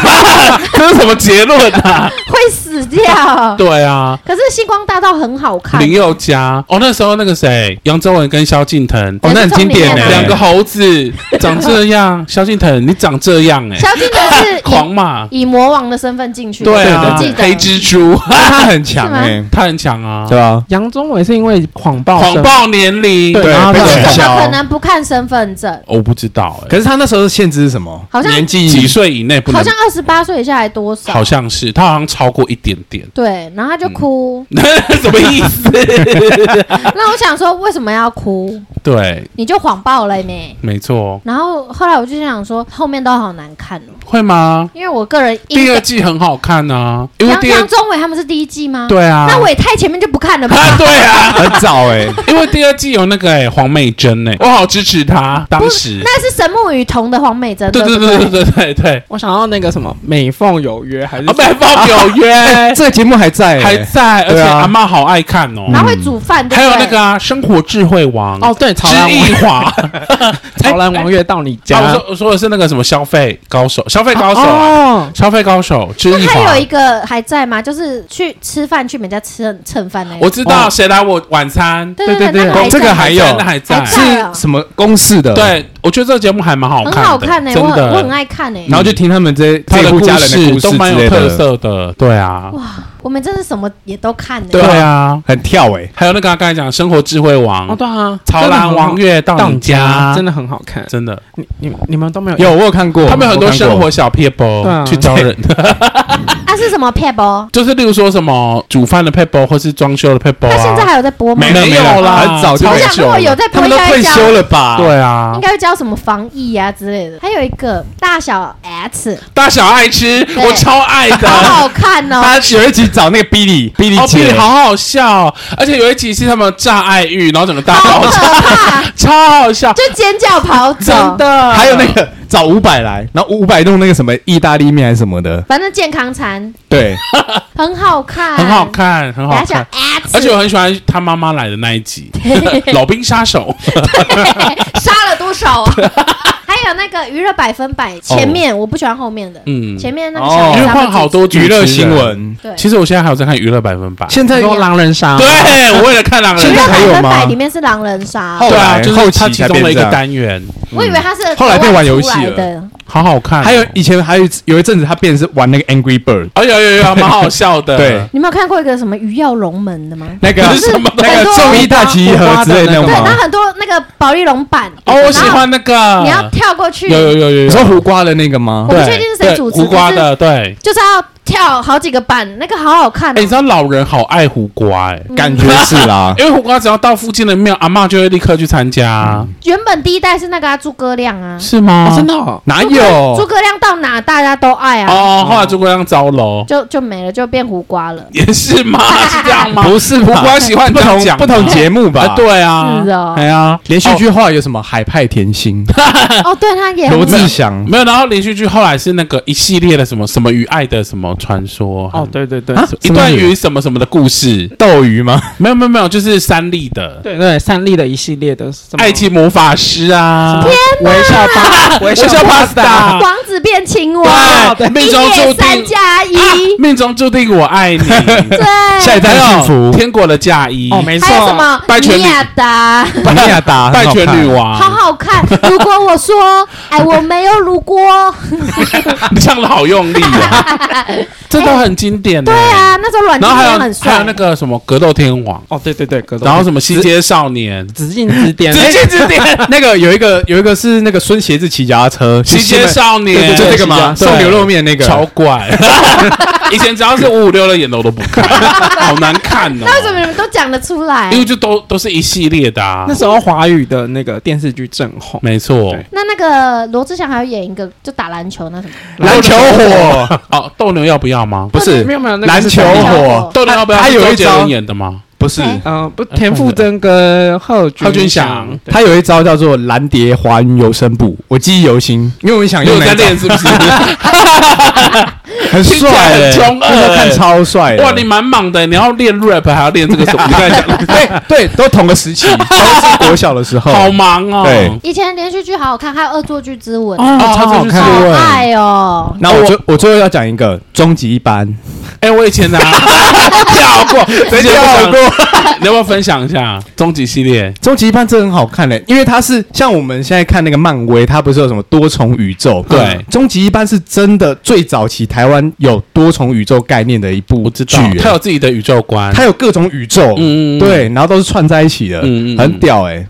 Speaker 2: 这是什么结论啊？
Speaker 4: 会死掉。
Speaker 2: 对啊。
Speaker 4: 可是星光大道很好看，
Speaker 2: 林宥嘉哦，那时候那个谁，杨周文跟萧敬腾
Speaker 5: 哦，那很经典
Speaker 4: 对
Speaker 5: 呢。
Speaker 2: 两个猴子长这样，萧敬腾你长这样哎、
Speaker 4: 萧敬腾是
Speaker 2: 狂嘛，
Speaker 4: 以以魔王的身份进去的，
Speaker 2: 对啊，
Speaker 4: 我记得
Speaker 2: 黑蜘蛛
Speaker 5: 他很强
Speaker 4: 是吗
Speaker 5: 哎，
Speaker 2: 他很强啊，
Speaker 5: 对吧？
Speaker 1: 杨宗纬是因为谎报
Speaker 2: 谎
Speaker 1: 身
Speaker 2: 报年龄，
Speaker 1: 对然后
Speaker 5: 被
Speaker 1: 他
Speaker 5: 取
Speaker 4: 怎么可
Speaker 5: 消。
Speaker 4: 能不看身份证？
Speaker 2: 我不知道哎、
Speaker 5: 可是他那时候的限制是什么？
Speaker 4: 好像
Speaker 5: 年纪
Speaker 2: 几岁以内不能
Speaker 4: 好像二十八岁以下还多少？
Speaker 2: 好像是他好像超过一点点，
Speaker 4: 对，然后他就哭。
Speaker 2: 什么意思？嗯
Speaker 4: 那我想说，为什么要哭？
Speaker 2: 对，
Speaker 4: 你就谎报了没？
Speaker 2: 没错，
Speaker 4: 然后后来我就想说，后面都好难看哦，
Speaker 2: 会吗？
Speaker 4: 因为我个人
Speaker 2: 第二
Speaker 4: 印
Speaker 2: 季很好看啊，因为
Speaker 4: 杨
Speaker 2: 第二
Speaker 4: 杨宗纬他们是第一季吗？、
Speaker 2: 对啊，
Speaker 4: 那我也太前面就不看了吧？
Speaker 2: 啊对啊，
Speaker 5: 很早哎，
Speaker 2: 因为第二季有那个哎、黄美珍哎、我好支持她，当时
Speaker 4: 那是神木与瞳的黄美珍，
Speaker 2: 对
Speaker 4: 对
Speaker 2: 对
Speaker 4: 不
Speaker 2: 对对对对对，
Speaker 1: 我想要那个什么美凤有约还是
Speaker 2: 啊，美方 有约
Speaker 5: 这个节目还在
Speaker 2: 还
Speaker 5: 哎，
Speaker 2: 在，而且
Speaker 5: 对啊嗯
Speaker 2: 阿妈好爱看哦，
Speaker 4: 嗯然后会煮饭，对
Speaker 2: 还
Speaker 4: 不
Speaker 2: 有
Speaker 4: 对
Speaker 2: 那个啊，生活智慧王
Speaker 1: 哦，对，
Speaker 2: 知
Speaker 1: 草兰王
Speaker 2: 易华，
Speaker 1: 草兰王月到你 家，
Speaker 2: 哎啊我说我说的是那个什么消费高手，消费高手啊，
Speaker 1: 哦，
Speaker 2: 消费高手知
Speaker 4: 那
Speaker 2: 易
Speaker 4: 还
Speaker 2: 华
Speaker 4: 有。一个还在吗？就是去吃饭去人家吃蹭蹭饭那个。
Speaker 2: 我知道谁来我晚餐，
Speaker 4: 对对
Speaker 1: 对对
Speaker 4: 那个还
Speaker 5: 这个
Speaker 4: 在
Speaker 5: 还有
Speaker 2: 那还在
Speaker 4: 还。在啊
Speaker 5: 是什么公式的？，
Speaker 2: 对，我觉得这个节目还蛮好看欸
Speaker 4: 很
Speaker 2: 的，
Speaker 4: 好看呢，
Speaker 2: 真
Speaker 4: 我很
Speaker 2: 的，
Speaker 4: 我很爱看欸呢。
Speaker 5: 然后就听他们这
Speaker 2: 他
Speaker 5: 这
Speaker 2: 的
Speaker 5: 户家人的故
Speaker 2: 事都
Speaker 5: 事
Speaker 2: 蛮
Speaker 5: 之
Speaker 2: 有
Speaker 5: 类
Speaker 2: 特
Speaker 5: 的，
Speaker 2: 色的，对啊，
Speaker 4: 哇，我们真是什么也都看欸呢。
Speaker 2: 对啊，
Speaker 5: 很跳哎。
Speaker 2: 还有那个刚才讲生活智慧
Speaker 1: 哦
Speaker 2: 王，
Speaker 1: 对啊，
Speaker 2: 嗯潮蓝王月
Speaker 1: 真的很好
Speaker 2: 到
Speaker 1: 到
Speaker 2: 你
Speaker 1: 你家
Speaker 2: 家，
Speaker 1: 真的很好看，
Speaker 2: 真的，
Speaker 1: 你你们你们都没有
Speaker 5: 有我有看过，
Speaker 2: 他们有很多
Speaker 5: 我看过
Speaker 2: 生活小撇步
Speaker 1: 对啊
Speaker 2: 去招人，
Speaker 4: 啊，是什么 Pebble？
Speaker 2: 就是例如说什么煮饭的撇步或是装修的撇步
Speaker 4: 他现在
Speaker 2: 啊，
Speaker 4: 还有在播吗？
Speaker 2: 没了
Speaker 5: 没
Speaker 2: 没有啦
Speaker 5: 很早就
Speaker 2: 好
Speaker 4: 我
Speaker 5: 没
Speaker 4: 想
Speaker 2: 像
Speaker 4: 如果有在
Speaker 5: 他
Speaker 4: 播，
Speaker 5: 们
Speaker 4: 应
Speaker 5: 都
Speaker 4: 该
Speaker 5: 退
Speaker 4: 会
Speaker 5: 休
Speaker 4: 教，
Speaker 5: 了吧？
Speaker 2: 对啊
Speaker 4: 应，该会教什么防疫啊之类的。还有一个大小 S，
Speaker 2: 大小爱吃，
Speaker 4: 对
Speaker 2: 我超爱
Speaker 4: 好
Speaker 2: 的。
Speaker 4: 好看哦。
Speaker 5: 他有一集找那个 Billy Billy
Speaker 2: 哦，比利
Speaker 5: 姐，
Speaker 2: 好好笑哦，而且有一集是他们炸爱玉，然后整个大
Speaker 4: 好
Speaker 2: 爆
Speaker 4: 可
Speaker 2: 炸，
Speaker 4: 怕！
Speaker 2: 超好笑，
Speaker 4: 就尖叫跑走
Speaker 2: 真，的。
Speaker 5: 还有那个找五百来，然后五百弄那个什么意大利面还是什么的，
Speaker 4: 反正健康餐
Speaker 5: 对，
Speaker 4: 很好看，
Speaker 2: 很好。看，很好
Speaker 4: 大小
Speaker 2: 看。
Speaker 4: S，
Speaker 2: 而且我很喜欢他妈妈来的那一 集，《老兵杀手》
Speaker 4: 杀了多 少啊？还有那个娱乐百分百前面，我不喜欢后面的，
Speaker 2: 嗯
Speaker 4: 前面那个
Speaker 5: 哦
Speaker 4: 小
Speaker 2: 因为
Speaker 4: 人
Speaker 2: 换好，多主持
Speaker 5: 娱
Speaker 2: 人
Speaker 5: 乐新。闻，
Speaker 4: 对，
Speaker 2: 其实我现在还有在看《娱乐百分 百》，
Speaker 5: 现在
Speaker 1: 说狼人杀，哦
Speaker 2: 对我为了看《狼人
Speaker 4: 娱
Speaker 5: 现
Speaker 2: 杀
Speaker 4: 乐
Speaker 5: 在还有
Speaker 4: 百分
Speaker 5: 吗
Speaker 4: 百里面是狼人杀，
Speaker 5: 啊后
Speaker 2: 对啊，
Speaker 5: 来
Speaker 2: 就是它其中的一
Speaker 5: 后期才变这
Speaker 2: 个
Speaker 5: 样
Speaker 2: 单元，嗯
Speaker 4: 我以为他是
Speaker 5: 后来变玩游戏了
Speaker 4: 额外出来的，
Speaker 2: 好好看哦。
Speaker 5: 还有以前还有一有一阵子他变成是玩那个 Angry Bird，
Speaker 2: 哦，有有有，蛮好笑的。
Speaker 5: 对，
Speaker 4: 你没有看过一个什么鱼跃龙门的吗？
Speaker 5: 那个
Speaker 2: 可是什么
Speaker 5: 那个中医大集合之类的那种
Speaker 4: 对，然
Speaker 5: 吗
Speaker 4: 后？很多那个保利龙板，
Speaker 2: 哦，我喜
Speaker 4: 然后
Speaker 2: 欢那个。啊
Speaker 4: 你要跳过去，
Speaker 2: 有有有有
Speaker 5: 你说
Speaker 2: 有，
Speaker 5: 胡瓜的那个吗
Speaker 4: 我？不
Speaker 2: 对
Speaker 4: 确定是谁主持，
Speaker 2: 胡瓜的对。
Speaker 4: 就是要跳好几个版，那个好好看、哦
Speaker 2: 哎、你知道老人好爱胡瓜哎、
Speaker 5: 感觉嗯是
Speaker 2: 。
Speaker 5: 啦
Speaker 2: 因为胡瓜只要到附近的庙，阿嬷就会立刻去参加、
Speaker 5: 嗯
Speaker 4: 原本第一代是那个、啊、诸葛亮啊，
Speaker 2: 是吗
Speaker 1: 哦真的哦
Speaker 5: 哪
Speaker 4: 诸
Speaker 5: 有？
Speaker 4: 葛亮到哪大家都爱啊，
Speaker 2: 哎哦，后来诸葛亮招楼，
Speaker 5: 哦
Speaker 4: 就就没了，就变胡瓜了。
Speaker 2: 也是吗？是这样吗？
Speaker 5: 不是
Speaker 2: 胡
Speaker 5: 吧
Speaker 2: 瓜喜欢
Speaker 5: 不
Speaker 2: 这样
Speaker 5: 同
Speaker 2: 讲
Speaker 5: 不同节目
Speaker 2: 啊，
Speaker 5: 吧？，
Speaker 2: 对啊，
Speaker 4: 是哦
Speaker 2: 哎呀，
Speaker 5: 连续剧后来有什么《海派甜心》
Speaker 4: 哦，对，他也很
Speaker 5: 罗志祥
Speaker 2: 没有，然后连续剧后来是那个一系列的什么什么与爱的什么传说
Speaker 1: 哦，，对对对，
Speaker 2: 嗯啊一段与什么什么的故事，
Speaker 5: 斗鱼吗？
Speaker 2: 没有没有没有，就是三立的
Speaker 1: 对对，三立的一系列的什么
Speaker 2: 爱情魔法师啊，
Speaker 1: 微笑 吧，微笑
Speaker 2: pasta
Speaker 1: 吧，
Speaker 4: 王子变青蛙，
Speaker 2: 哇对，命
Speaker 4: 一
Speaker 2: 中注
Speaker 4: 点三
Speaker 2: 定，
Speaker 4: 加一，
Speaker 2: 命中注定我爱你，
Speaker 4: 对，
Speaker 5: 下一代幸福，
Speaker 2: 天国的嫁衣，
Speaker 1: 哦，没错
Speaker 4: 还，有什么
Speaker 2: 啊拜权啊
Speaker 4: 尼亚达，
Speaker 5: 玛利亚达
Speaker 2: 拜权女，王，
Speaker 4: 好好看。如果我说， 哎，我没有如果，
Speaker 2: 你唱的好用力啊，这都很经典的。
Speaker 4: 对啊，那时候阮经
Speaker 2: 然后还有
Speaker 4: 天很
Speaker 2: 还有
Speaker 4: 帅
Speaker 2: 那，个什么格斗天王，
Speaker 1: 哦，对对对，格斗
Speaker 2: 然后什么西街少年，
Speaker 1: 指进指点，
Speaker 2: 指进指点，
Speaker 5: 那个有一个有一个是那个孙鞋子骑脚踏车，
Speaker 2: 西街少
Speaker 5: 对对
Speaker 2: 年，
Speaker 5: 对，就这个嘛，
Speaker 2: 对
Speaker 5: 送牛肉面那个，
Speaker 2: 超怪。 以前只要是五五六的演的我都不 看，好难看哦
Speaker 4: 那。为什么你们都讲得出来
Speaker 2: 因？为就都都是一系列的啊
Speaker 1: 那，时候华语的那个电视剧正红，
Speaker 2: 没错。
Speaker 1: 对
Speaker 4: 那那个罗志祥还要演一个就打篮球那什么，
Speaker 5: 篮球火
Speaker 2: 哦，斗牛要不要吗？
Speaker 5: 不是
Speaker 1: 没有没有那个
Speaker 5: 篮
Speaker 1: 是
Speaker 5: 球
Speaker 1: 什么
Speaker 5: 火，
Speaker 2: 斗牛要不要？
Speaker 5: 哦他有
Speaker 2: 周
Speaker 5: 一
Speaker 2: 杰伦
Speaker 5: 招
Speaker 2: 演的吗？
Speaker 5: 不是
Speaker 4: 哎
Speaker 1: 嗯，不，田馥甄跟贺军
Speaker 2: 贺军翔
Speaker 1: 对
Speaker 5: 他有一招叫做蓝蝶华云游身步，我记忆犹新，因为我很想
Speaker 2: 你有
Speaker 5: 用
Speaker 2: 在
Speaker 5: 那一招
Speaker 2: 练是不 是？
Speaker 5: 很
Speaker 2: 听起来
Speaker 5: 帅
Speaker 2: 很
Speaker 5: 欸，
Speaker 2: 中二
Speaker 5: 那时候看
Speaker 2: 欸
Speaker 5: 超帅的，
Speaker 2: 哇，你蛮猛的，你要练 rap 还要练 这个什么？你刚才讲
Speaker 5: 对哎对，都同个时 期，都是国小的时候，
Speaker 2: 好忙哦。啊
Speaker 5: 对
Speaker 4: 以前连续剧好好看，还有《恶作剧之吻》，
Speaker 5: 哦
Speaker 2: 超好看
Speaker 4: 好爱哦。
Speaker 5: 那我最我最后要讲一个终极一班，
Speaker 2: 哎，我以前 啊跳过，直接
Speaker 5: 跳
Speaker 2: 过。你要不要分享一下终极系列？
Speaker 5: 终极一班真的很好看嘞、欸因为它是像我们现在看那个漫威，它不是有什么多重宇宙？
Speaker 2: 对
Speaker 5: 嗯终极一班是真的最早期台湾有多重宇宙概念的一部剧欸、
Speaker 2: 哦他有自己的宇宙观。
Speaker 5: 它有各种宇宙，
Speaker 2: 嗯嗯嗯
Speaker 5: 对，然后都是串在一起的，
Speaker 2: 嗯嗯嗯
Speaker 5: 很屌 哎、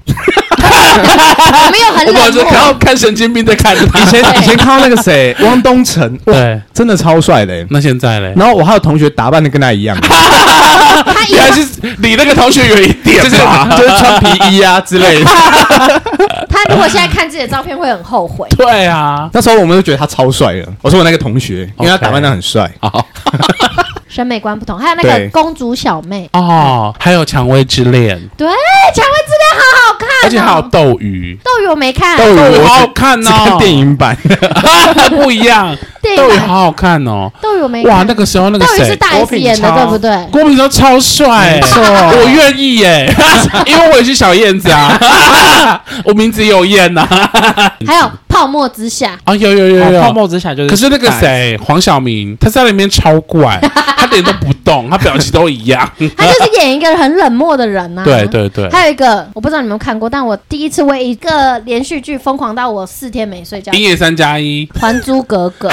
Speaker 4: 我没有很
Speaker 2: 我
Speaker 4: 冷
Speaker 2: 们是看
Speaker 4: 漠，
Speaker 2: 看神经病在看他。
Speaker 5: 以前 以前看到那个谁，汪东城，哇，
Speaker 2: 对，
Speaker 5: 真的超帅的欸、
Speaker 2: 那现在嘞？
Speaker 5: 然后我还有同学打扮的跟他 一样，
Speaker 4: 他一
Speaker 2: 你还是离那个同学远一点
Speaker 5: 就是
Speaker 2: 吧。。
Speaker 5: 就是穿皮衣啊之类的。
Speaker 4: 他如果现在看自己的照片会很后悔
Speaker 2: 对啊，
Speaker 5: 那时候我们都觉得他超帅的，我说我那个同学，因为
Speaker 2: OK
Speaker 5: 他
Speaker 2: 哦
Speaker 5: 打扮的很帅。
Speaker 2: 好
Speaker 4: 审美观不同，还有那个
Speaker 5: 对
Speaker 4: 公主小妹，
Speaker 2: 哦，还有《蔷薇之恋
Speaker 4: 对，蔷薇之恋好好看、哦，
Speaker 2: 而且还有斗鱼，
Speaker 4: 斗鱼我没看，
Speaker 5: 斗鱼
Speaker 2: 啊斗鱼
Speaker 5: 我
Speaker 2: 好好
Speaker 5: 只
Speaker 2: 看
Speaker 5: 只
Speaker 2: 哦
Speaker 5: 看电影版，
Speaker 2: 不一样。
Speaker 4: 电
Speaker 2: 斗鱼
Speaker 4: 影版
Speaker 2: 好好看哦，
Speaker 4: 斗鱼我没看，
Speaker 2: 哇，那个时候那个
Speaker 4: 斗鱼是
Speaker 2: 谁，
Speaker 4: 大
Speaker 1: 郭
Speaker 4: S
Speaker 1: 品
Speaker 4: 演的，
Speaker 1: 超
Speaker 2: 啊
Speaker 4: 对不对？
Speaker 2: 郭品超超帅，我愿意 耶，因为我也是小燕子啊， 我名字有燕啊呐。
Speaker 4: 还有泡沫之夏，
Speaker 2: 啊，有有有
Speaker 1: 哦泡
Speaker 2: 有。
Speaker 1: 沫之夏就是，
Speaker 2: 可是那个，谁，黄晓明，他在里面超怪，他脸都不动，他表情都一样。
Speaker 4: 他就是演一个很冷漠的人呐、啊。
Speaker 2: 对。对对，
Speaker 4: 还有一个我不知道你们有没有看过，但我第一次为一个连续剧疯狂到我四天没睡觉，
Speaker 2: 一
Speaker 4: 《
Speaker 2: 夜三加一，
Speaker 4: 还珠格格》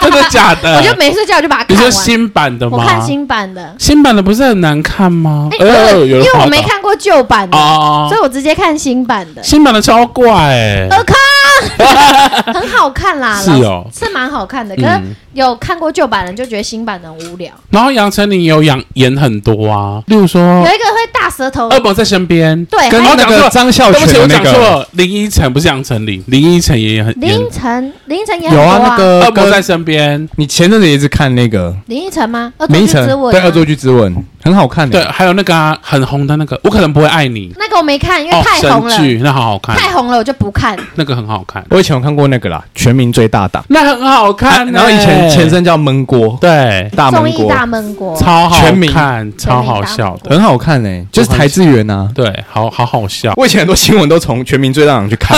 Speaker 2: 真的假的？
Speaker 4: 我就没睡觉，我就把它
Speaker 2: 你
Speaker 4: 看
Speaker 2: 说
Speaker 4: 完。
Speaker 2: 新版的吗？
Speaker 4: 我看新版的，
Speaker 2: 新版的不是很难看吗？呃
Speaker 4: 哎、我
Speaker 2: 有
Speaker 4: 因
Speaker 2: 人
Speaker 4: 为
Speaker 2: 报
Speaker 4: 我
Speaker 2: 道
Speaker 4: 没看过旧版的，
Speaker 2: 哦
Speaker 4: 所以我呃直接看新版的。
Speaker 2: 新版的超怪哎、
Speaker 4: 尔康很好看啦，
Speaker 2: 是哦
Speaker 4: 老实是蛮好看的。
Speaker 2: 嗯
Speaker 4: 可是有看过旧版的，就觉得新版的很无聊。
Speaker 2: 然后杨丞琳也有演演很多啊，例如
Speaker 4: 有
Speaker 2: 说《
Speaker 4: 一个会大舌头，
Speaker 2: 恶魔在身边》。
Speaker 4: 呃对，
Speaker 2: 跟
Speaker 4: 还有
Speaker 2: 我
Speaker 5: 那
Speaker 2: 讲错
Speaker 5: 个
Speaker 2: 了
Speaker 5: 张孝
Speaker 2: 对不
Speaker 5: 全
Speaker 2: 起，我
Speaker 5: 的
Speaker 2: 讲
Speaker 5: 那个
Speaker 2: 错，林依晨不是杨丞琳，林依晨也演很演
Speaker 4: 林依晨，林依晨也很
Speaker 5: 有
Speaker 4: 多
Speaker 5: 啊，那
Speaker 2: 《
Speaker 5: 个
Speaker 2: 恶魔在
Speaker 5: 跟
Speaker 2: 身边》。
Speaker 5: 你前阵子也一直看那个
Speaker 4: 林依晨吗？恶作
Speaker 5: 林
Speaker 4: 剧
Speaker 5: 依晨
Speaker 4: 之吻啊，
Speaker 5: 对《恶作剧之吻》很好看
Speaker 2: 对，
Speaker 5: 的，
Speaker 2: 还有那个啊、很红的那个，我可能不会爱你，
Speaker 4: 那个我没看，因为
Speaker 2: 哦
Speaker 4: 太，红了
Speaker 2: 神，剧哎那好好看，
Speaker 4: 太红了我就不看。
Speaker 2: 那个很好看，
Speaker 5: 我以前有看过那个啦，《全民最大档
Speaker 2: 那很好》看、欸
Speaker 5: 啊然后以前前身叫焖锅
Speaker 2: 对，
Speaker 5: 大
Speaker 4: 综
Speaker 5: 焖
Speaker 4: 艺
Speaker 5: 锅，
Speaker 4: 大闷锅，
Speaker 2: 超好
Speaker 5: 全民
Speaker 2: 看，超好笑的，
Speaker 5: 很好看哎，就是台志源啊。
Speaker 2: 对，好好好笑。
Speaker 5: 我以前很多新闻都从《全民最大档》去 看，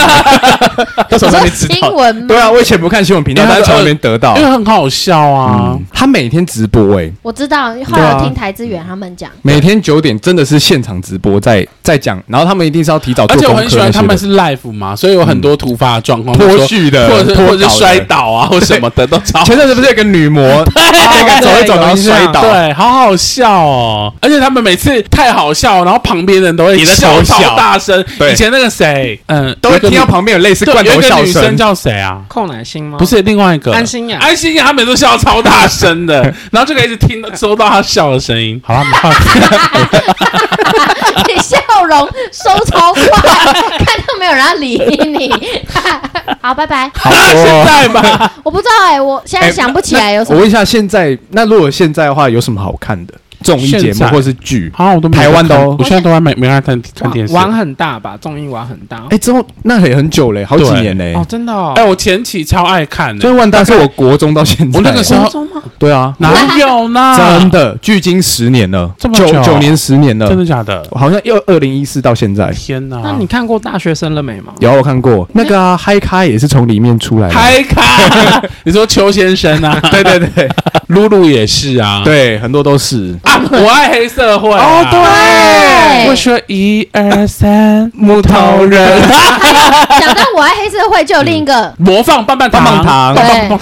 Speaker 5: 那时候才
Speaker 4: 你
Speaker 5: 没
Speaker 4: 说
Speaker 5: 知
Speaker 4: 新
Speaker 5: 道。
Speaker 4: 闻吗
Speaker 5: 对啊，我以前不看新闻频道，
Speaker 2: 因为
Speaker 5: 但
Speaker 2: 他
Speaker 5: 是从那边得到
Speaker 2: 因。为很好笑啊。
Speaker 5: 嗯他每天直播哎，
Speaker 4: 我知道，后来我听台资源，他们讲。
Speaker 5: 每天九点真的是现场直播在在讲，然后他们一定是要提早哦做
Speaker 2: 而且我
Speaker 5: 功课
Speaker 2: 很喜欢他们
Speaker 5: 那些的嗯
Speaker 2: 是 live 嘛，所以有很多突发的状况，
Speaker 5: 脱
Speaker 2: 去
Speaker 5: 序的，
Speaker 2: 或者是
Speaker 5: 脱
Speaker 2: 或者
Speaker 5: 稿
Speaker 2: 是
Speaker 5: 的
Speaker 2: 摔。倒 啊，或什么的都超
Speaker 5: 前阵子不是有个 女模，大概走一
Speaker 1: 哦
Speaker 5: 走然后摔倒，
Speaker 2: 啊对，好好笑哦！而且他们每次太好笑，然后旁边人都会
Speaker 5: 你的
Speaker 2: 笑
Speaker 5: 头
Speaker 2: 超
Speaker 5: 小
Speaker 2: 大声。
Speaker 5: 对
Speaker 2: 以前那个谁，嗯，
Speaker 5: 都会
Speaker 2: 有一个
Speaker 5: 听到
Speaker 2: 女
Speaker 5: 旁边有类似
Speaker 2: 对
Speaker 5: 罐
Speaker 2: 有
Speaker 5: 头
Speaker 2: 一个
Speaker 5: 笑
Speaker 2: 女生
Speaker 5: 声。哦
Speaker 2: 叫谁啊？
Speaker 1: 寇乃馨吗？
Speaker 2: 不，是哎另外一个
Speaker 1: 安心
Speaker 5: 啊
Speaker 1: 啊雅
Speaker 2: 安心雅，她每次都笑超大声的， 然后就可以一直听到收到她笑的声音。好了，我们换
Speaker 4: 你笑容收超快，看到没有人要理你。 好，拜拜。
Speaker 5: 好 多
Speaker 2: 现
Speaker 5: 哦
Speaker 2: 在 吧，
Speaker 4: 我不知道哎、我现在
Speaker 5: 哎
Speaker 4: 想不起来有什
Speaker 5: 我
Speaker 4: 么。
Speaker 5: 问一下，现在那如果现在的话，有什么好看的综艺节
Speaker 2: 现
Speaker 5: 目
Speaker 2: 在
Speaker 5: 或是剧？
Speaker 2: 啊，我都没
Speaker 5: 台湾的哦
Speaker 2: 看我现在都还没没看看看电视。
Speaker 1: 玩很大吧？综艺玩很大。
Speaker 5: 哎，之后那也很久嘞，好几
Speaker 2: 对
Speaker 5: 年嘞
Speaker 1: 哦，。真的哦
Speaker 2: 哎，。我前期超爱看
Speaker 5: 所
Speaker 2: 的，
Speaker 5: 以万达是我国中到现在，
Speaker 2: 我那个时候
Speaker 1: 中吗？
Speaker 5: 对啊，
Speaker 2: 哪有呢？
Speaker 5: 真的距今十年了，
Speaker 2: 这
Speaker 5: 九
Speaker 2: 么久啊
Speaker 5: 九年十年了
Speaker 2: 真，的假的？
Speaker 5: 好像又二零一四到现在。
Speaker 2: 天哪！
Speaker 1: 那你看过《大学生了没》吗？
Speaker 5: 有啊我看过那个啊，嗨咖也是从里面出来
Speaker 2: 嗯
Speaker 5: 的，
Speaker 2: 嗨咖，你说邱先生 啊？
Speaker 5: 对对对
Speaker 2: 露露也是啊。
Speaker 5: 对，很多都是
Speaker 2: 啊，我爱黑社会啊。
Speaker 1: 哦
Speaker 4: 对
Speaker 2: 我说一二三，
Speaker 5: 木头人，
Speaker 4: 想到我爱黑社会，就有另一个
Speaker 2: 模仿棒棒糖，
Speaker 5: 棒棒
Speaker 2: 棒
Speaker 5: 糖
Speaker 2: 棒棒棒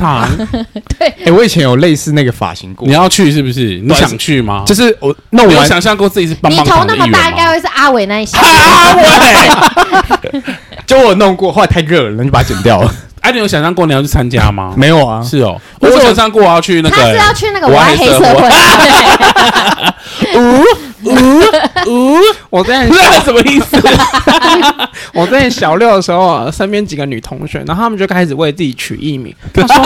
Speaker 2: 糖。
Speaker 5: 哎，我以前有类似那个发型过
Speaker 2: 你，要去是不是？你
Speaker 5: 对
Speaker 2: 想去吗？
Speaker 5: 就是是我那
Speaker 2: 你
Speaker 5: 我
Speaker 2: 有
Speaker 5: 完
Speaker 2: 想象过自己是棒
Speaker 4: 你
Speaker 2: 棒
Speaker 4: 头
Speaker 2: 糖
Speaker 4: 那
Speaker 2: 的
Speaker 4: 么
Speaker 2: 艺人吗
Speaker 4: 大，应该会是阿伟那一些。
Speaker 2: 啊 喂！
Speaker 5: 就我有弄过，后来太热了，那就把它剪 掉了。
Speaker 2: 哎，你有想象过你要去参加吗？
Speaker 5: 没有啊，
Speaker 2: 是哦，我
Speaker 5: 我
Speaker 2: 有想象过我要去那
Speaker 4: 他是
Speaker 2: 个哎
Speaker 4: 要去那个我爱黑社会，
Speaker 1: 我在
Speaker 2: 什么意思？
Speaker 1: 我在小六的时候啊，身边几个女同学，然后她们就开始为自己取艺名。她 说：“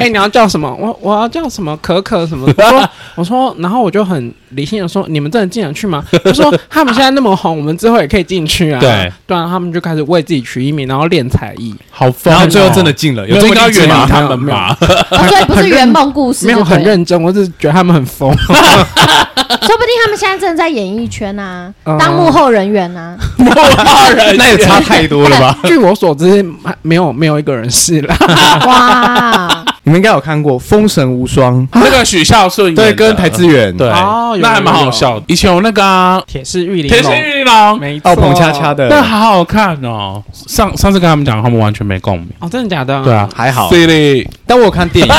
Speaker 1: 哎、你要叫什么？我我要叫什么可可什么？”我 说：“我说。”然后我就很理性的说：“你们真的进得去吗？” 就说：“他们现在那么红，我们之后也可以进去啊。”
Speaker 2: 对，
Speaker 1: 对啊，他们就开始为自己取艺名，然后练才艺。
Speaker 2: 好疯哦！
Speaker 5: 然后最后真的进了，
Speaker 2: 没
Speaker 5: 有
Speaker 2: 有
Speaker 5: 这
Speaker 2: 应该
Speaker 5: 么
Speaker 2: 要
Speaker 5: 一集
Speaker 2: 远
Speaker 5: 吗
Speaker 2: 离他们吧？
Speaker 4: 哦所以不是圆梦故事，
Speaker 1: 没 有很
Speaker 4: 对了
Speaker 1: 认真，我只是觉得他们很疯。
Speaker 4: 说不定他们现在正在演艺圈啊，
Speaker 1: 嗯
Speaker 4: 当幕后人员啊。
Speaker 2: 莫大人，
Speaker 5: 那也 差太多了吧？
Speaker 1: 据我所知，没有没有一个人是啦。
Speaker 4: 哇，
Speaker 5: 你们应该有看过《封神无双》，
Speaker 2: 那个许孝顺演的
Speaker 5: 对，跟台资源，
Speaker 2: 对，
Speaker 1: 哦有
Speaker 2: 那还蛮好笑的。以前有那个啊
Speaker 1: 铁是玉哦
Speaker 2: 《
Speaker 1: 玲
Speaker 2: 铁心
Speaker 1: 珑，
Speaker 2: 玉郎》，
Speaker 1: 没错，
Speaker 5: 哦，彭恰恰
Speaker 2: 那
Speaker 5: 的，
Speaker 2: 好好看哦。上上次跟他们讲，他们完全没共鸣。
Speaker 1: 哦，真的假的？
Speaker 2: 对啊，
Speaker 5: 还好
Speaker 2: 所以
Speaker 5: 但我有看 电影，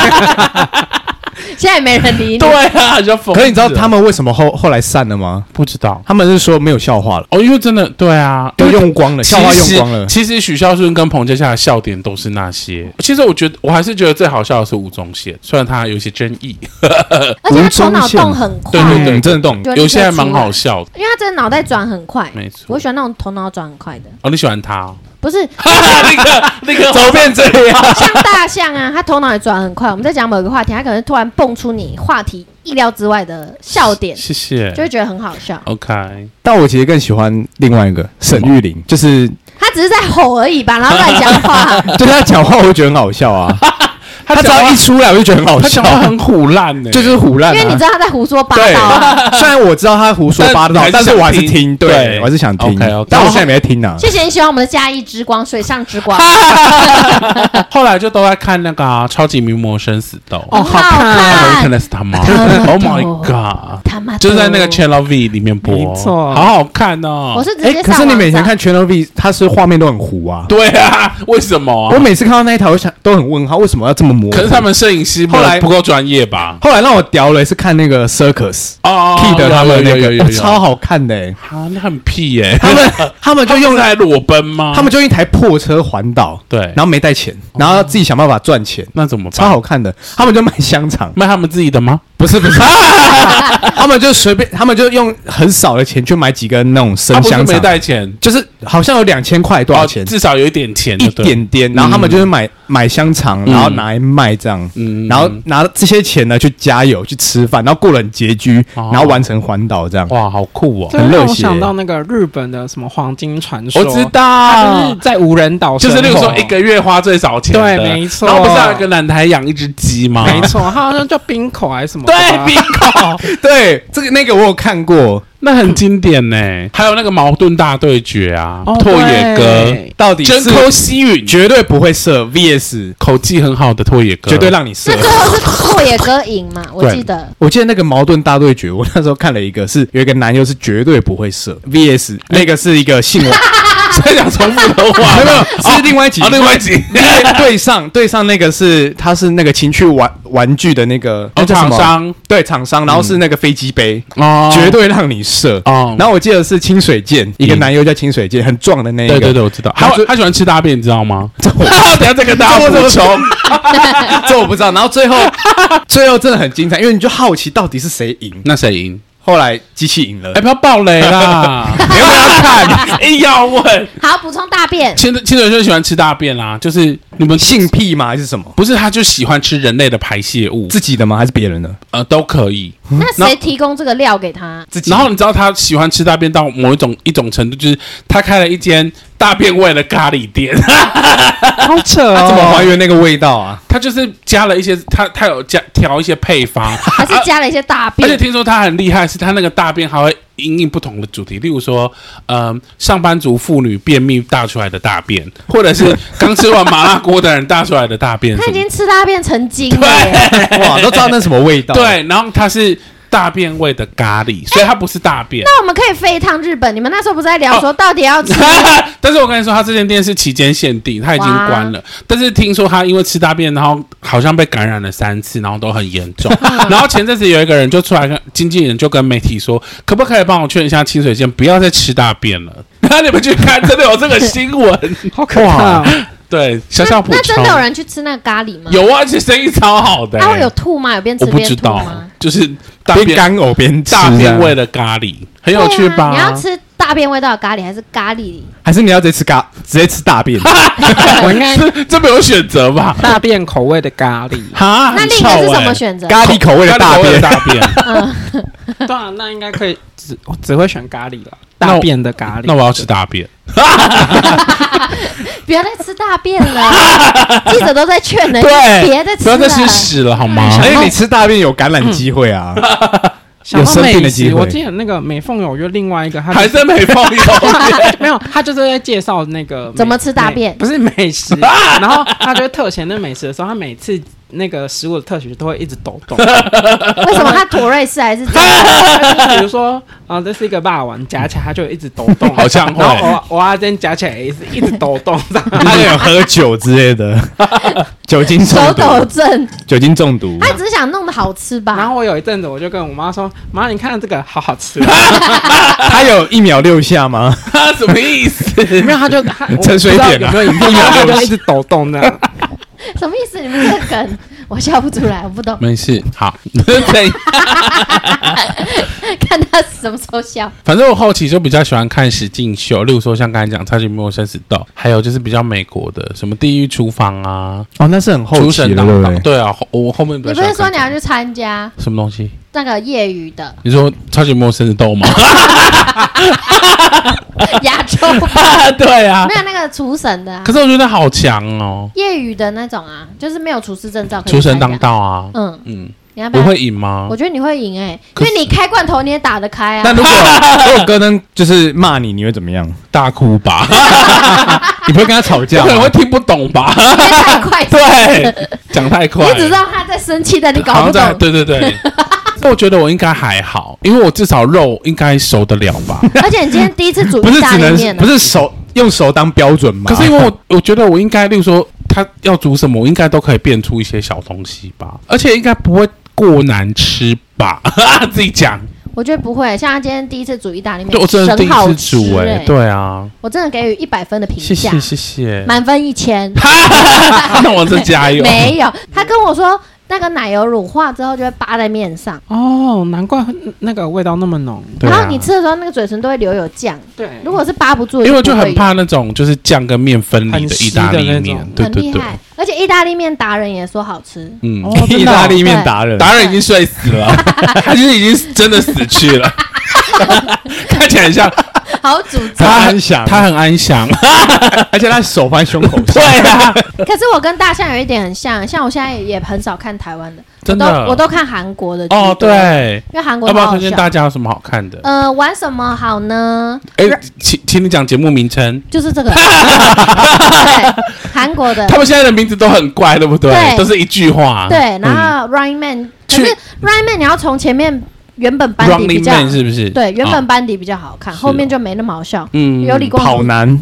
Speaker 4: 现在也没人理你。
Speaker 2: 对啊，就疯。
Speaker 5: 可是你知道他们为什么后后来散了吗？
Speaker 2: 不知道
Speaker 5: 他们是说没有笑话了，
Speaker 2: 哦，因为真的对啊，
Speaker 5: 都
Speaker 2: 因为
Speaker 5: 用光了，
Speaker 2: 其
Speaker 5: 笑话用
Speaker 2: 实
Speaker 5: 光了。
Speaker 2: 其实许孝顺跟彭佳佳的笑点都是那些。其实我觉得，我还是觉得最好笑的是吴宗宪，虽然他有一些争议，
Speaker 4: 而且他头脑动很快，
Speaker 2: 对对对
Speaker 5: 嗯真的动。
Speaker 4: 就立刻
Speaker 2: 有些还蛮好笑的。
Speaker 4: 因为他真的脑袋转很快。
Speaker 2: 没错
Speaker 4: 我喜欢那种头脑转很快的，
Speaker 2: 哦，你喜欢他哦？
Speaker 4: 不是
Speaker 2: 那个那个走遍这里
Speaker 4: 像大象啊，他头脑也转很快。我们在讲某个话题，他可能突然蹦出你话题意料之外的笑点，
Speaker 2: 谢谢
Speaker 4: 就。会觉得很好笑。
Speaker 2: OK，
Speaker 5: 但我其实更喜欢另外一个沈玉琳，就是
Speaker 4: 他只是在吼而已吧，然后乱讲 话。
Speaker 5: 就是她讲话，我会觉得很好笑啊。她只要一出来，我就觉得很好
Speaker 2: 他
Speaker 5: 笑
Speaker 2: 讲，话很虎烂欸呢，
Speaker 5: 这就是胡乱
Speaker 4: 因为你知
Speaker 5: 啊。
Speaker 4: 道他在胡说八
Speaker 5: 对
Speaker 4: 道啊。，
Speaker 5: 虽然我知道她胡说八道，
Speaker 2: 但
Speaker 5: 但是我还是
Speaker 2: 还是
Speaker 5: 听，
Speaker 2: 听对
Speaker 5: 对，我还是想听
Speaker 2: OK，OK。
Speaker 5: 但我现在没在听啊。
Speaker 4: 谢谢你喜欢我们的嘉义之光、水上之光，
Speaker 2: 后来就都在看那个啊、超级名模生死斗》
Speaker 1: 哦好看
Speaker 2: 啊，我
Speaker 4: 好
Speaker 2: 看
Speaker 4: 看。
Speaker 2: 的是他妈
Speaker 4: 他
Speaker 2: ，Oh my god！
Speaker 4: 他妈的
Speaker 2: 就在那个 Channel V 里面播，
Speaker 1: 没错
Speaker 2: 好好看哦。
Speaker 4: 我是直
Speaker 5: 哎
Speaker 4: 接，
Speaker 5: 可
Speaker 4: 上
Speaker 5: 是你
Speaker 4: 网
Speaker 5: 每
Speaker 4: 找
Speaker 5: 天看 Channel V，它是画面都很糊啊。
Speaker 2: 对啊，为什么
Speaker 5: 我
Speaker 2: 啊？
Speaker 5: 每次看到那一台，我想都很问号，为什么要这么模糊？
Speaker 2: 可是他们摄影师不
Speaker 5: 后来
Speaker 2: 不够专业吧？
Speaker 5: 后来让我屌了，是看那个 Circus
Speaker 2: 哦哦
Speaker 5: Kid
Speaker 2: 哦
Speaker 5: 他们
Speaker 2: 有
Speaker 5: 那
Speaker 2: 有有有
Speaker 5: 个，
Speaker 2: 有
Speaker 5: 哦超好看的欸。
Speaker 2: 啊，那很屁耶！
Speaker 5: 他们他们就
Speaker 2: 就
Speaker 5: 用哦
Speaker 2: 用来裸奔吗？
Speaker 5: 他们就用一台破车环岛，
Speaker 2: 对
Speaker 5: 然后没带钱，然后自己想办法赚钱，
Speaker 2: 那怎么
Speaker 5: 超
Speaker 2: 办？
Speaker 5: 好看的。他们就卖香肠，
Speaker 2: 卖他们自己的吗？
Speaker 5: 不是 不是，他们就随便，他们就用很少的钱去买几根那种
Speaker 2: 他
Speaker 5: 生
Speaker 2: 不是
Speaker 5: 香
Speaker 2: 没
Speaker 5: 肠，
Speaker 2: 带钱，
Speaker 5: 就是好像有两千块多少钱
Speaker 2: 哦，至少有一点钱，
Speaker 5: 一。点点，然后他们就是买买香肠，然后
Speaker 2: 嗯
Speaker 5: 拿来卖这样。
Speaker 2: 嗯
Speaker 5: 然后拿这些钱呢去加油去吃饭，然后过得很拮据，
Speaker 2: 哦
Speaker 5: 然后完成环岛这样。
Speaker 2: 哇，好酷哦！
Speaker 1: 这让
Speaker 5: 热
Speaker 1: 我
Speaker 5: 血
Speaker 1: 想到那个日本的什么黄金传说，
Speaker 2: 我知
Speaker 1: 他就
Speaker 2: 道
Speaker 1: 是，在无人岛
Speaker 2: 就
Speaker 1: 生活，
Speaker 2: 是那个时候一个月花最少钱的，
Speaker 1: 对没错
Speaker 2: 然后不是还有一个男的还养一只鸡吗？
Speaker 1: 没错，他好像叫冰口还是什么的吧，
Speaker 2: 对，冰口
Speaker 5: 对，这个那个我有看过，
Speaker 2: 那很经典呢、还有那个矛盾大对决啊，拓野哥
Speaker 1: 哦对
Speaker 5: 到底
Speaker 2: 真
Speaker 5: 是
Speaker 2: 抠西语，
Speaker 5: 绝对不会射 VS，
Speaker 2: 口技很好的拓野哥，
Speaker 5: 绝对让你射
Speaker 4: 那。最后是拓野哥赢嘛？我
Speaker 2: 对
Speaker 4: 记得
Speaker 5: 我记得那个矛盾大对决，我那时候看了一个是有一个男优是绝对不会射 VS，那
Speaker 2: 哎
Speaker 5: 个是一个性玩，
Speaker 2: 在讲重复的 话
Speaker 5: 没有没有
Speaker 2: 吗，
Speaker 5: 是另外一集
Speaker 2: 啊，另外一 集。
Speaker 5: 对对上对上那个是他是那个情趣玩玩具的那个那
Speaker 2: 哦，
Speaker 5: 叫什
Speaker 2: 厂
Speaker 5: 么
Speaker 2: 商
Speaker 5: 对厂商，然后是那个飞机杯，
Speaker 2: 哦，
Speaker 5: 绝对让你射。
Speaker 2: 哦
Speaker 5: 然后我记得是清水剑，一个
Speaker 2: 嗯
Speaker 5: 男优叫清水剑，很壮的那一个。
Speaker 2: 对 对对，我知道。
Speaker 5: 然
Speaker 2: 他
Speaker 5: 后就
Speaker 2: 他喜欢吃大便，你知道吗？
Speaker 5: 等下再跟大家补充。这我不知道。然后最 后最后真的很精彩，因为你就好奇到底是谁赢。
Speaker 2: 那谁赢？
Speaker 5: 后来机器赢了
Speaker 2: 哎，。不要爆雷 啦！
Speaker 5: 没有要看
Speaker 2: 硬要问，
Speaker 4: 好补充大 便，
Speaker 2: 清清水就喜欢吃大便啦，就是你们
Speaker 5: 性癖吗？还是什么？
Speaker 2: 不是，他就喜欢吃人类的排泄物，
Speaker 5: 自己的吗？还是别人的？
Speaker 2: 呃，都可以。
Speaker 4: 那谁提供这个料给他？
Speaker 5: 自己。
Speaker 2: 然后你知道他喜欢吃大便到某一种一种程度，就是他开了一间大便味的咖喱店，
Speaker 1: 好扯
Speaker 5: 他怎么
Speaker 1: 哦！
Speaker 5: 还原那个味道啊？
Speaker 2: 他就是加了一些，他他有加调一些配方，
Speaker 4: 还是加了一些大
Speaker 2: 而且
Speaker 4: 便？
Speaker 2: 听说他很厉害，是他那个大便还会因应不同的主题，例如说，嗯、上班族妇女便秘大出来的大 便，或者是刚吃完麻辣锅的人大出来的大便什
Speaker 4: 他
Speaker 2: 么
Speaker 4: 已
Speaker 2: 的，
Speaker 4: 经吃大便成精了耶，
Speaker 5: 哇，都知道那什么味道。，啊
Speaker 2: 对，然后他是大便味的咖喱，所以它不是大便。
Speaker 4: 那我们可以飞一趟日本。你们那时候不是在聊
Speaker 2: 哦
Speaker 4: 说到底要吃？
Speaker 2: 但是我跟你说，他这间店是期间限定，他已经关了。但是听说他因为吃大便，然后好像被感染了三次，然后都很严重。 然后前阵子有一个人就出来跟经纪人就跟媒体说，可不可以帮我劝一下清水健不要再吃大便了？ 然后你们去看，真的有这个新闻。
Speaker 1: 好可怕哦！
Speaker 2: 对， 小
Speaker 4: 那
Speaker 2: 小补
Speaker 4: 那真
Speaker 2: 充
Speaker 4: 的有人去吃那个咖喱吗？，
Speaker 2: 有啊，而且生意超好的、欸
Speaker 4: 他会有吐吗？有边吃
Speaker 2: 我不
Speaker 4: 边
Speaker 2: 知
Speaker 4: 吐
Speaker 2: 道啊
Speaker 4: 吗？，
Speaker 2: 就是大
Speaker 5: 边
Speaker 2: 便
Speaker 5: 干呕边吃
Speaker 2: 大便味
Speaker 5: 的，
Speaker 2: 的咖喱，很有趣吧？
Speaker 4: 对啊你 要吃大便味道的咖喱，还是咖喱？
Speaker 5: 还是你要直接吃咖，直接吃大便？
Speaker 1: 我应该
Speaker 2: 这这没有选择吧？。
Speaker 1: 大便口味的咖喱
Speaker 2: 哈，
Speaker 4: 那
Speaker 2: 很
Speaker 4: 另一个是
Speaker 2: 臭
Speaker 4: 什么
Speaker 2: 欸
Speaker 4: 选择？
Speaker 5: 咖喱口味的大
Speaker 2: 咖喱口味
Speaker 5: 便
Speaker 2: 的。大便。
Speaker 1: 对啊，那应该可以只我只会选咖喱了，
Speaker 2: 那我
Speaker 1: 大便的咖喱。
Speaker 2: 那我要吃大便。
Speaker 4: 不要再吃大便了， 记者都在劝人，
Speaker 2: 对
Speaker 4: 哎别再吃
Speaker 2: 不要
Speaker 4: 了。
Speaker 2: 再吃屎了好吗？
Speaker 5: 哎，你吃大便有感染机会啊！
Speaker 1: 想到
Speaker 5: 有生病的
Speaker 1: 美
Speaker 5: 机
Speaker 1: 食，
Speaker 5: 会
Speaker 1: 我记得那个美凤有约另外一个，他
Speaker 2: 还是没朋友，
Speaker 1: 没有，他就是 在介绍那个美
Speaker 4: 怎么吃大便
Speaker 1: 美不是美食。然后他就会特写那美食的时候，他每次那个食物的特写都会一直抖动。
Speaker 4: 为什么他妥瑞氏还是 这
Speaker 2: 哎
Speaker 4: 样？
Speaker 1: 就是比如说啊、这是一个霸王，夹起来它就一直抖动，
Speaker 2: 好像会
Speaker 1: 然后我我阿珍夹起来也是一直抖动， 这样
Speaker 5: 他有喝酒之类的，酒精
Speaker 4: 手
Speaker 5: 中
Speaker 4: 抖
Speaker 5: 毒，
Speaker 4: 症，
Speaker 5: 酒精中毒。
Speaker 4: 他只是想弄得好吃
Speaker 1: 然
Speaker 4: 吧？
Speaker 1: 后我有一阵子我就跟我妈说：“妈，你看这个好好吃、啊
Speaker 5: 他有一秒六下吗？
Speaker 2: 什么意思？
Speaker 1: 没有，她 就她我
Speaker 5: 陈水扁啊
Speaker 1: 不知道有没有影片，然后她就一直抖动这样。
Speaker 4: 什么意思？你们这个梗，我笑不出来，我不懂，
Speaker 2: 没事， 好，对，
Speaker 4: 看他什么时候笑。
Speaker 2: 反正我后期就比较喜欢看实境秀，例如说像刚才讲《超级陌生死斗》，还有就是比较美国的什么《地狱厨房》啊，
Speaker 5: 哦，那是很
Speaker 2: 《
Speaker 5: 后
Speaker 2: 厨
Speaker 5: 期
Speaker 2: 神
Speaker 5: 了，
Speaker 2: 当
Speaker 5: 对
Speaker 2: 当
Speaker 5: 不》。对？
Speaker 2: 对啊，后我后面比
Speaker 4: 你
Speaker 2: 较
Speaker 4: 不
Speaker 2: 喜欢
Speaker 4: 是说
Speaker 2: 看
Speaker 4: 你要去参加
Speaker 2: 什么东西？
Speaker 4: 那个业余的
Speaker 2: 你说《超级陌生死斗》吗？
Speaker 4: 亚洲
Speaker 2: 对啊
Speaker 4: 没，有那个厨神的啊
Speaker 2: 可，是我觉得好强哦，
Speaker 4: 业余的那种啊，就是没有厨师证照。
Speaker 2: 《厨神当》道》啊，
Speaker 4: 嗯，
Speaker 2: 嗯，
Speaker 4: 你要不
Speaker 2: 我
Speaker 4: 要？
Speaker 2: 会赢吗
Speaker 4: 我？觉得你会赢哎，
Speaker 2: 可
Speaker 4: 因
Speaker 2: 是
Speaker 4: 为你开罐头你也打得开
Speaker 5: 那
Speaker 4: 啊。
Speaker 5: 如果如果戈登就是骂你，你会怎么样？
Speaker 2: 大哭吧，
Speaker 5: 你不会跟他吵
Speaker 2: 我
Speaker 5: 架
Speaker 2: 可能会
Speaker 5: 吗？
Speaker 2: 听不懂吧？
Speaker 4: 因为 太快，
Speaker 2: 对，啊讲太快
Speaker 4: 你
Speaker 2: 了，
Speaker 4: 只知道他在生气，但你搞
Speaker 2: 好
Speaker 4: 不
Speaker 2: 像在
Speaker 4: 懂。
Speaker 2: 对对对。 我觉得我应该还好，因为我至少肉应该熟得了吧。
Speaker 4: 而且你今天第一次煮
Speaker 5: 不是
Speaker 4: 意大
Speaker 5: 只
Speaker 4: 利
Speaker 5: 能
Speaker 4: 面啊
Speaker 5: 不
Speaker 4: 呢，
Speaker 5: 是手用手当标准吗？
Speaker 2: 可是因为我我觉得我应该，例如说他要煮什么，我应该都可以变出一些小东西吧，而且应该不会过难吃吧？ 自己讲，
Speaker 4: 我觉得不会。像他今天第一次煮意大利面，
Speaker 2: 对我真的第
Speaker 4: 神好
Speaker 2: 一次
Speaker 4: 吃
Speaker 2: 煮哎、
Speaker 4: 哎，
Speaker 2: 对啊，
Speaker 4: 我真的给予一百分的评
Speaker 2: 谢
Speaker 4: 价
Speaker 2: 谢，谢谢，
Speaker 4: 满分一千。
Speaker 2: 那我再加油。
Speaker 4: 没有，他跟我说那个奶油乳化之后就会扒在面上，
Speaker 1: 哦，难怪那个味道那么浓。
Speaker 2: 对啊
Speaker 4: 然后你吃的时候那个嘴唇都会留有酱，
Speaker 1: 对，
Speaker 4: 如果是扒不住，
Speaker 2: 因为我就
Speaker 4: 不会
Speaker 2: 很怕那种就是酱跟面分离的意大利
Speaker 1: 很稀的那
Speaker 2: 面
Speaker 1: 种，
Speaker 4: 有，
Speaker 2: 对
Speaker 4: 很
Speaker 2: 对
Speaker 4: 厉
Speaker 2: 对，
Speaker 4: 害。而且意大利面达人也说好吃，
Speaker 2: 嗯，
Speaker 1: 哦真的哦
Speaker 5: 意大利面达人，
Speaker 2: 达人已经睡 死了，他就是已经真的死去了，看起来很像
Speaker 4: 好主张。
Speaker 5: 他很想，
Speaker 2: 他很安 详。
Speaker 5: 而且他手放在胸口上
Speaker 2: 对，啊，
Speaker 4: 可是我跟大象有一点很像，像我现在也很少看台湾的，我
Speaker 2: 真
Speaker 4: 都
Speaker 2: 的。
Speaker 4: 我都看韩国的。
Speaker 2: 哦，，对，
Speaker 4: 因为韩国
Speaker 2: 要不
Speaker 4: 好
Speaker 2: 要
Speaker 4: 好
Speaker 2: 推荐
Speaker 4: 笑
Speaker 2: 大家有什么好看的？
Speaker 4: 呃，玩什么好呢？
Speaker 2: 哎，请请你讲节目名称。
Speaker 4: 就 是这个，对，韩国的
Speaker 2: 他。们现在的名字都很怪，对不对？
Speaker 4: 呃对
Speaker 2: 都是一句话。嗯
Speaker 4: 对，然后 Running Man，可
Speaker 2: 去
Speaker 4: 是 Running Man 你要从前面原本班底比
Speaker 2: ，Running
Speaker 4: 较
Speaker 2: Man 是不是？
Speaker 4: 对原
Speaker 2: 哦
Speaker 4: 本班底比较好看，
Speaker 2: 是
Speaker 4: 后面就没那么好笑。
Speaker 2: 嗯
Speaker 4: 有李光
Speaker 5: 跑
Speaker 4: 洙
Speaker 5: 男，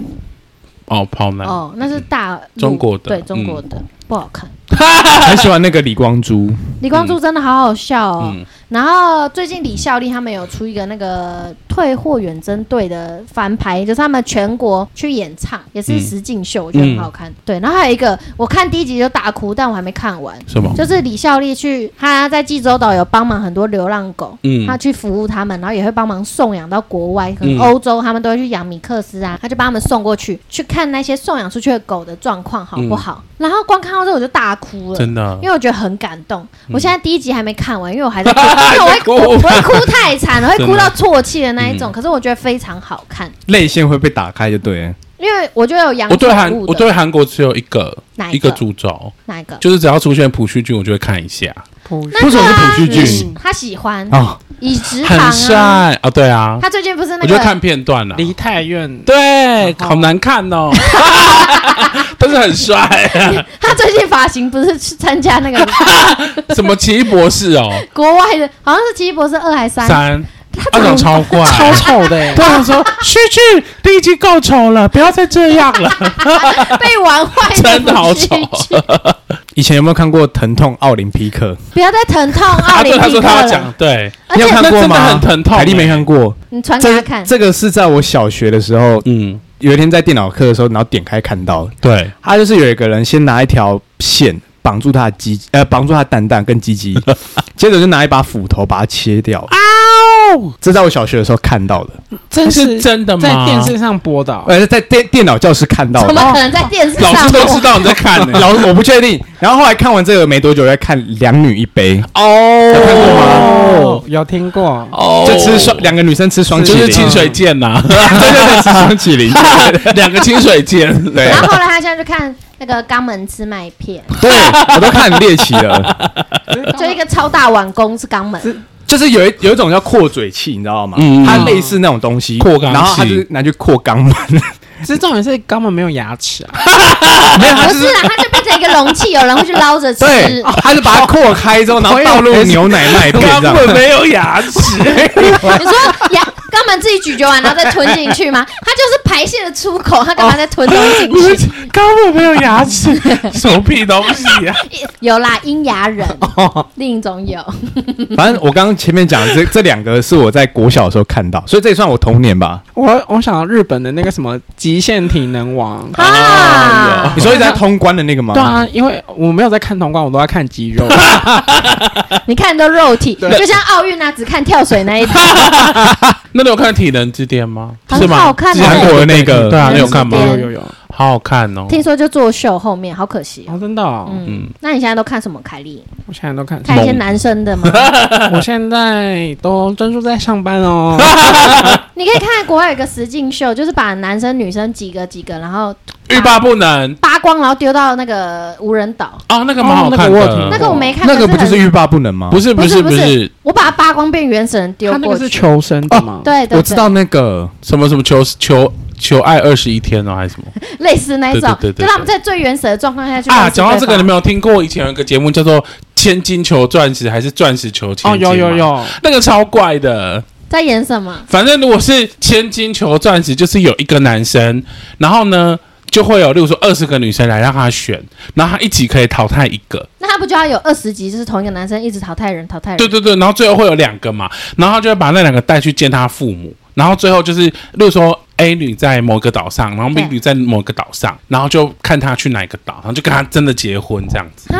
Speaker 2: 哦，跑男。
Speaker 4: 哦，那是大陆
Speaker 2: 中国的嗯
Speaker 4: 对中国的不好看。
Speaker 5: 很喜欢那个李光洙，
Speaker 4: 李光洙真的好好笑哦。
Speaker 2: 嗯
Speaker 4: 然后最近李孝利他们有出一个那个退货远征队的翻拍，就是他们全国去演唱，也是实境秀，我觉得很好
Speaker 2: 嗯
Speaker 4: 看。对，然后还有一个，我看第一集就大哭，但我还没看完。
Speaker 2: 什么？
Speaker 4: 就是李孝利去，他在济州岛有帮忙很多流浪狗，
Speaker 2: 嗯
Speaker 4: 他去服务他们，然后也会帮忙送养到国外，可能
Speaker 2: 嗯
Speaker 4: 欧洲他们都会去养米克斯啊，他就把他们送过去，去看那些送养出去的狗的状况好不好。然后光看到这我就大哭了，
Speaker 2: 嗯真的嗯
Speaker 4: 因为我觉得很感动。我现在第一集还没看完，因为我还 在哭，因为我会哭，
Speaker 2: 还在哭
Speaker 4: 我会哭太惨了，会
Speaker 2: 真的嗯
Speaker 4: 哭到啜泣的那一种。可是我觉得非常好看，
Speaker 5: 泪腺会被打开就对了。
Speaker 4: 因为我觉得有养
Speaker 2: 我对韩
Speaker 4: 宠物
Speaker 2: 我
Speaker 4: 的
Speaker 2: 对韩国只有一个
Speaker 4: 哪
Speaker 2: 一
Speaker 4: 一
Speaker 2: 个
Speaker 4: 个
Speaker 2: 诅咒，
Speaker 4: 哪一个？
Speaker 2: 就是只要出现朴叙俊，我就会看一下。
Speaker 5: 为什么是朴叙俊
Speaker 4: 他喜欢
Speaker 5: 啊？
Speaker 4: 以直
Speaker 2: 哦很
Speaker 4: 行
Speaker 2: 帅
Speaker 4: 啊。
Speaker 2: 啊，对啊，
Speaker 4: 他最近不是那
Speaker 2: 我就
Speaker 4: 个
Speaker 2: 看片段了。
Speaker 1: 梨泰院
Speaker 2: 对，
Speaker 1: 后
Speaker 2: 好难看 哦，但是很帅 啊，
Speaker 4: 他最近发型不是去参加 那个
Speaker 2: 什么奇异博士哦，
Speaker 4: 国外的，好像是《奇异博士》二还是三？
Speaker 2: 三，
Speaker 4: 他
Speaker 2: 他长超怪，
Speaker 1: 超丑的、欸，
Speaker 2: 我想说，旭旭，你已经够丑了，不要再这样 了。
Speaker 4: 被玩坏
Speaker 2: 真的好啊
Speaker 4: 不是一句
Speaker 5: 以前有没有看过《疼痛奥林匹克
Speaker 4: 不要再疼痛奥
Speaker 2: 他
Speaker 4: 林
Speaker 2: 啊对他
Speaker 4: 匹
Speaker 2: 说
Speaker 4: 克
Speaker 2: 他要
Speaker 4: 了
Speaker 2: 讲，，对，
Speaker 4: 而》？
Speaker 5: 你有
Speaker 4: 且
Speaker 5: 看
Speaker 2: 那
Speaker 5: 过
Speaker 2: 真的
Speaker 5: 吗？
Speaker 2: 很疼痛
Speaker 5: 凯莉
Speaker 2: 欸
Speaker 5: 没看过。
Speaker 4: 你传给
Speaker 5: 这
Speaker 4: 他看，
Speaker 5: 这个是在我小学的时候，
Speaker 2: 嗯，
Speaker 5: 有一天在电脑课的时候，然后点开看到的，
Speaker 2: 对，
Speaker 5: 他就是有一个人先拿一条线绑住他的鸡，呃，绑住他的蛋蛋跟鸡 鸡，接着就拿一把斧头把它切掉。这在我小学的时候看到的，
Speaker 1: 真
Speaker 2: 是
Speaker 1: 是
Speaker 2: 真的吗？
Speaker 1: 在电视上播的哦、
Speaker 5: 呃，在电电脑教室看到
Speaker 4: 怎
Speaker 5: 的。
Speaker 4: 么可能在电视
Speaker 2: 老
Speaker 4: 上
Speaker 2: 师都知
Speaker 4: 播？
Speaker 2: 道你在看呢、
Speaker 5: 老我不确定。然后后来看完这个没多久，在看《两女一杯》，
Speaker 2: 哦，
Speaker 5: 看过
Speaker 1: 哦，有听过，
Speaker 2: 哦
Speaker 5: 就吃双两个女生吃双
Speaker 2: 就
Speaker 5: 麒
Speaker 2: 是
Speaker 5: 麟，
Speaker 2: 清水剑呐、
Speaker 5: 对对对，吃双 麒麟，
Speaker 2: 两个清水剑，
Speaker 5: 对
Speaker 4: 然后后来他现在就看那个肛门吃麦 片，
Speaker 5: 对我都看很猎奇了。
Speaker 4: 就一个超大碗公是肛门，
Speaker 5: 就是有一有一种叫扩嘴器，你知道吗？
Speaker 2: 嗯
Speaker 5: 它类似那种东西，
Speaker 2: 扩肛器
Speaker 5: 然后它就是拿去扩肛门，
Speaker 1: 其实重点是根本没有牙齿啊，
Speaker 5: 没有，它
Speaker 4: 不
Speaker 5: 就是
Speaker 4: 是啊，他就变成一个容器，有人会去捞着吃。
Speaker 5: 对， 它是把它扩开之后，然后
Speaker 1: 我以为
Speaker 5: 倒入牛奶麦片 这
Speaker 2: 根
Speaker 5: 样。
Speaker 2: 本没有牙齿。
Speaker 4: 你说牙肛门自己咀嚼完，然后再吞进去吗？他就是排泄的出口，他干嘛再吞东西进去？
Speaker 2: 根本没有牙 齿，什么屁东西啊！
Speaker 4: 有啦，阴牙人，
Speaker 2: 哦
Speaker 4: 另一种有。
Speaker 5: 反正我刚刚前面讲的这这两个是我在国小的时候看到，所以这也算我童年 吧。
Speaker 1: 我我想到日本的那个什么极限体能 王。
Speaker 4: 啊
Speaker 5: 你，说一直在通关的那个吗？
Speaker 1: 对啊，因为我没有在看铜管，我都在看肌 肉。
Speaker 4: 你看都肉体，就像奥运啊，只看跳水那一套，
Speaker 2: 那你有看《体能之巅》吗？是
Speaker 4: 很
Speaker 2: 吗
Speaker 4: 好看
Speaker 2: 是韩
Speaker 5: 韩
Speaker 4: 的。
Speaker 5: 国的那个，
Speaker 1: 嗯
Speaker 2: 对啊，你有看吗
Speaker 4: 对？
Speaker 1: 有有有，
Speaker 2: 好好看哦。
Speaker 4: 听说就作秀后面，好可惜哦。
Speaker 1: 哦，真的哦，
Speaker 4: 嗯，
Speaker 2: 嗯，
Speaker 4: 那你现在都看什么？凯莉
Speaker 1: 我现在都看。
Speaker 4: 看一些男生的吗？
Speaker 1: 我现在都专注在上班 哦。
Speaker 4: 你可以看国外有一个实境秀，就是把男生女生几个几个，然后
Speaker 2: 欲罢不能
Speaker 4: 扒光，然后丢到那个无人岛。
Speaker 2: 啊，那个蛮好看
Speaker 1: 哦那个我有
Speaker 2: 的。
Speaker 1: 听
Speaker 4: 那个我没看，
Speaker 5: 那个不
Speaker 4: 可
Speaker 5: 就是
Speaker 4: 很
Speaker 5: 欲罢不能吗？
Speaker 2: 嗯不是不
Speaker 4: 不
Speaker 2: 是
Speaker 4: 是
Speaker 2: 不
Speaker 4: 不是
Speaker 2: 是
Speaker 4: 我把它扒光变原始人丢
Speaker 1: 他那
Speaker 4: 过
Speaker 1: 个是
Speaker 4: 去？
Speaker 1: 求生的吗？
Speaker 4: 对，对
Speaker 5: 我知道那个，
Speaker 2: 什么什么求求求爱二十一天哦，还是什么
Speaker 4: 对类似那一种，
Speaker 2: 对对对对对
Speaker 4: 就他们在最原始的状况下去
Speaker 2: 啊？
Speaker 4: 认识
Speaker 2: 讲到这个，
Speaker 4: 对
Speaker 2: 你
Speaker 4: 方
Speaker 2: 没有听过以前有一个节目叫做《千金求钻石》，还是《钻石求千
Speaker 1: 哦，
Speaker 2: 金》？
Speaker 1: 有有，有，
Speaker 2: 那个超怪的。
Speaker 4: 在演什么？
Speaker 2: 反正如果是千金求钻石，就是有一个男生，然后呢就会有，例如说二十个女生来让他选，然后他一起可以淘汰一个。
Speaker 4: 那他不就要有二十集，就是同一个男生一直淘汰人，淘汰人？
Speaker 2: 对对对，然后最后会有两个嘛，然后他就会把那两个带去见他父母，然后最后就是，例如说 A 女在某个岛上，然后 B
Speaker 4: 对
Speaker 2: 女在某个岛上，然后就看他去哪一个岛，然后就跟他真的结婚这样子。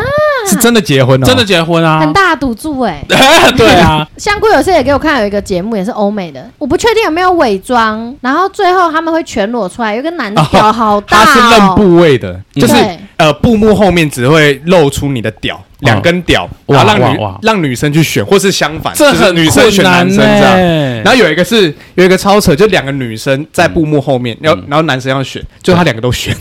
Speaker 5: 是真的结婚哦了，
Speaker 2: 真的结婚啊？
Speaker 4: 很大的赌注哎、
Speaker 2: 对啊，
Speaker 4: 香菇有次也给我看有一个节目，也是欧美的，我不确定有没有伪装，然后最后他们会全裸出来，有一个男的屌好大、
Speaker 5: 他
Speaker 4: 哦，
Speaker 5: 是认部位的，就是
Speaker 4: 对
Speaker 5: 呃布幕后面只会露出你的屌，两根屌，
Speaker 2: 哇
Speaker 5: 然后让
Speaker 2: 哇
Speaker 5: 女
Speaker 2: 哇
Speaker 5: 让女生去选，或是相反，
Speaker 2: 这
Speaker 5: 就是
Speaker 2: 很
Speaker 5: 女生选男生这样。
Speaker 2: 样
Speaker 5: 然后有一个是有一个超扯，就两个女生在布幕后面，然后然后男生要选，就他两个都选，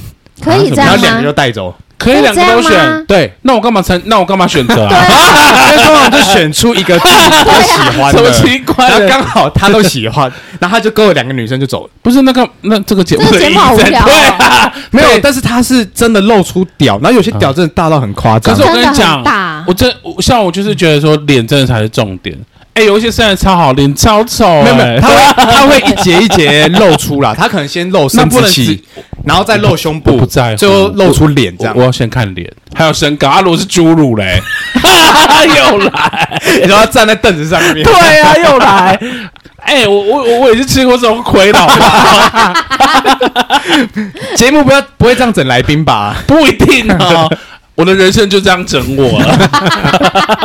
Speaker 4: 可以这
Speaker 5: 然后
Speaker 4: 样
Speaker 5: 两个就
Speaker 4: 吗？
Speaker 5: 带走，
Speaker 2: 可以两个都
Speaker 4: 可以这样吗
Speaker 2: 选，对，那我干嘛成？那我干嘛选择
Speaker 4: 对
Speaker 2: 啊？
Speaker 4: 啊，
Speaker 5: 因为通常就选出一个自己比较喜 欢
Speaker 2: 什么
Speaker 5: 的。
Speaker 2: 奇怪
Speaker 5: 然后
Speaker 2: 的？
Speaker 5: 刚好他都喜欢， 然后他就勾了两个女生就走了。
Speaker 2: 不是那个那这个节目
Speaker 4: 这个
Speaker 2: 的
Speaker 4: 节
Speaker 2: 意
Speaker 4: 目
Speaker 2: 义
Speaker 4: 好无
Speaker 2: 在
Speaker 4: 聊哦
Speaker 2: 对啊，
Speaker 5: 没有
Speaker 2: 对，
Speaker 5: 但是他是真的露出屌，然后有些屌真的大到很夸张
Speaker 2: 可是。我跟
Speaker 4: 真
Speaker 2: 你
Speaker 4: 的
Speaker 2: 讲
Speaker 4: 很大，
Speaker 2: 我真我像我就是觉得说脸真的才是重点。哎，有一些身材超好，脸超丑，
Speaker 5: 没有没
Speaker 2: 哎
Speaker 5: 有，他 会他会一节一节露出啦，他可能先露
Speaker 2: 那
Speaker 5: 生
Speaker 2: 不
Speaker 5: 殖
Speaker 2: 能只
Speaker 5: 器，然后再露胸
Speaker 2: 我
Speaker 5: 部，
Speaker 2: 不在乎
Speaker 5: 最后露出脸这
Speaker 2: 我
Speaker 5: 样
Speaker 2: 我。要先看脸，还有身高。阿罗是侏儒 嘞，又来，
Speaker 5: 然后站在凳子上 面，
Speaker 2: 对啊，又来。 哎、我我我我也是吃过这种亏 的，好不好
Speaker 5: 节目不要不会这样整来宾吧？
Speaker 2: 不一定哦。我的人生就这样整我了。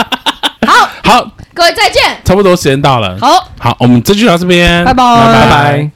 Speaker 4: 好，
Speaker 2: 好，
Speaker 4: 各位再见，
Speaker 2: 差不多时间到了。
Speaker 4: 好，
Speaker 2: 好，我们这就到这边，
Speaker 4: 拜拜
Speaker 5: 拜拜。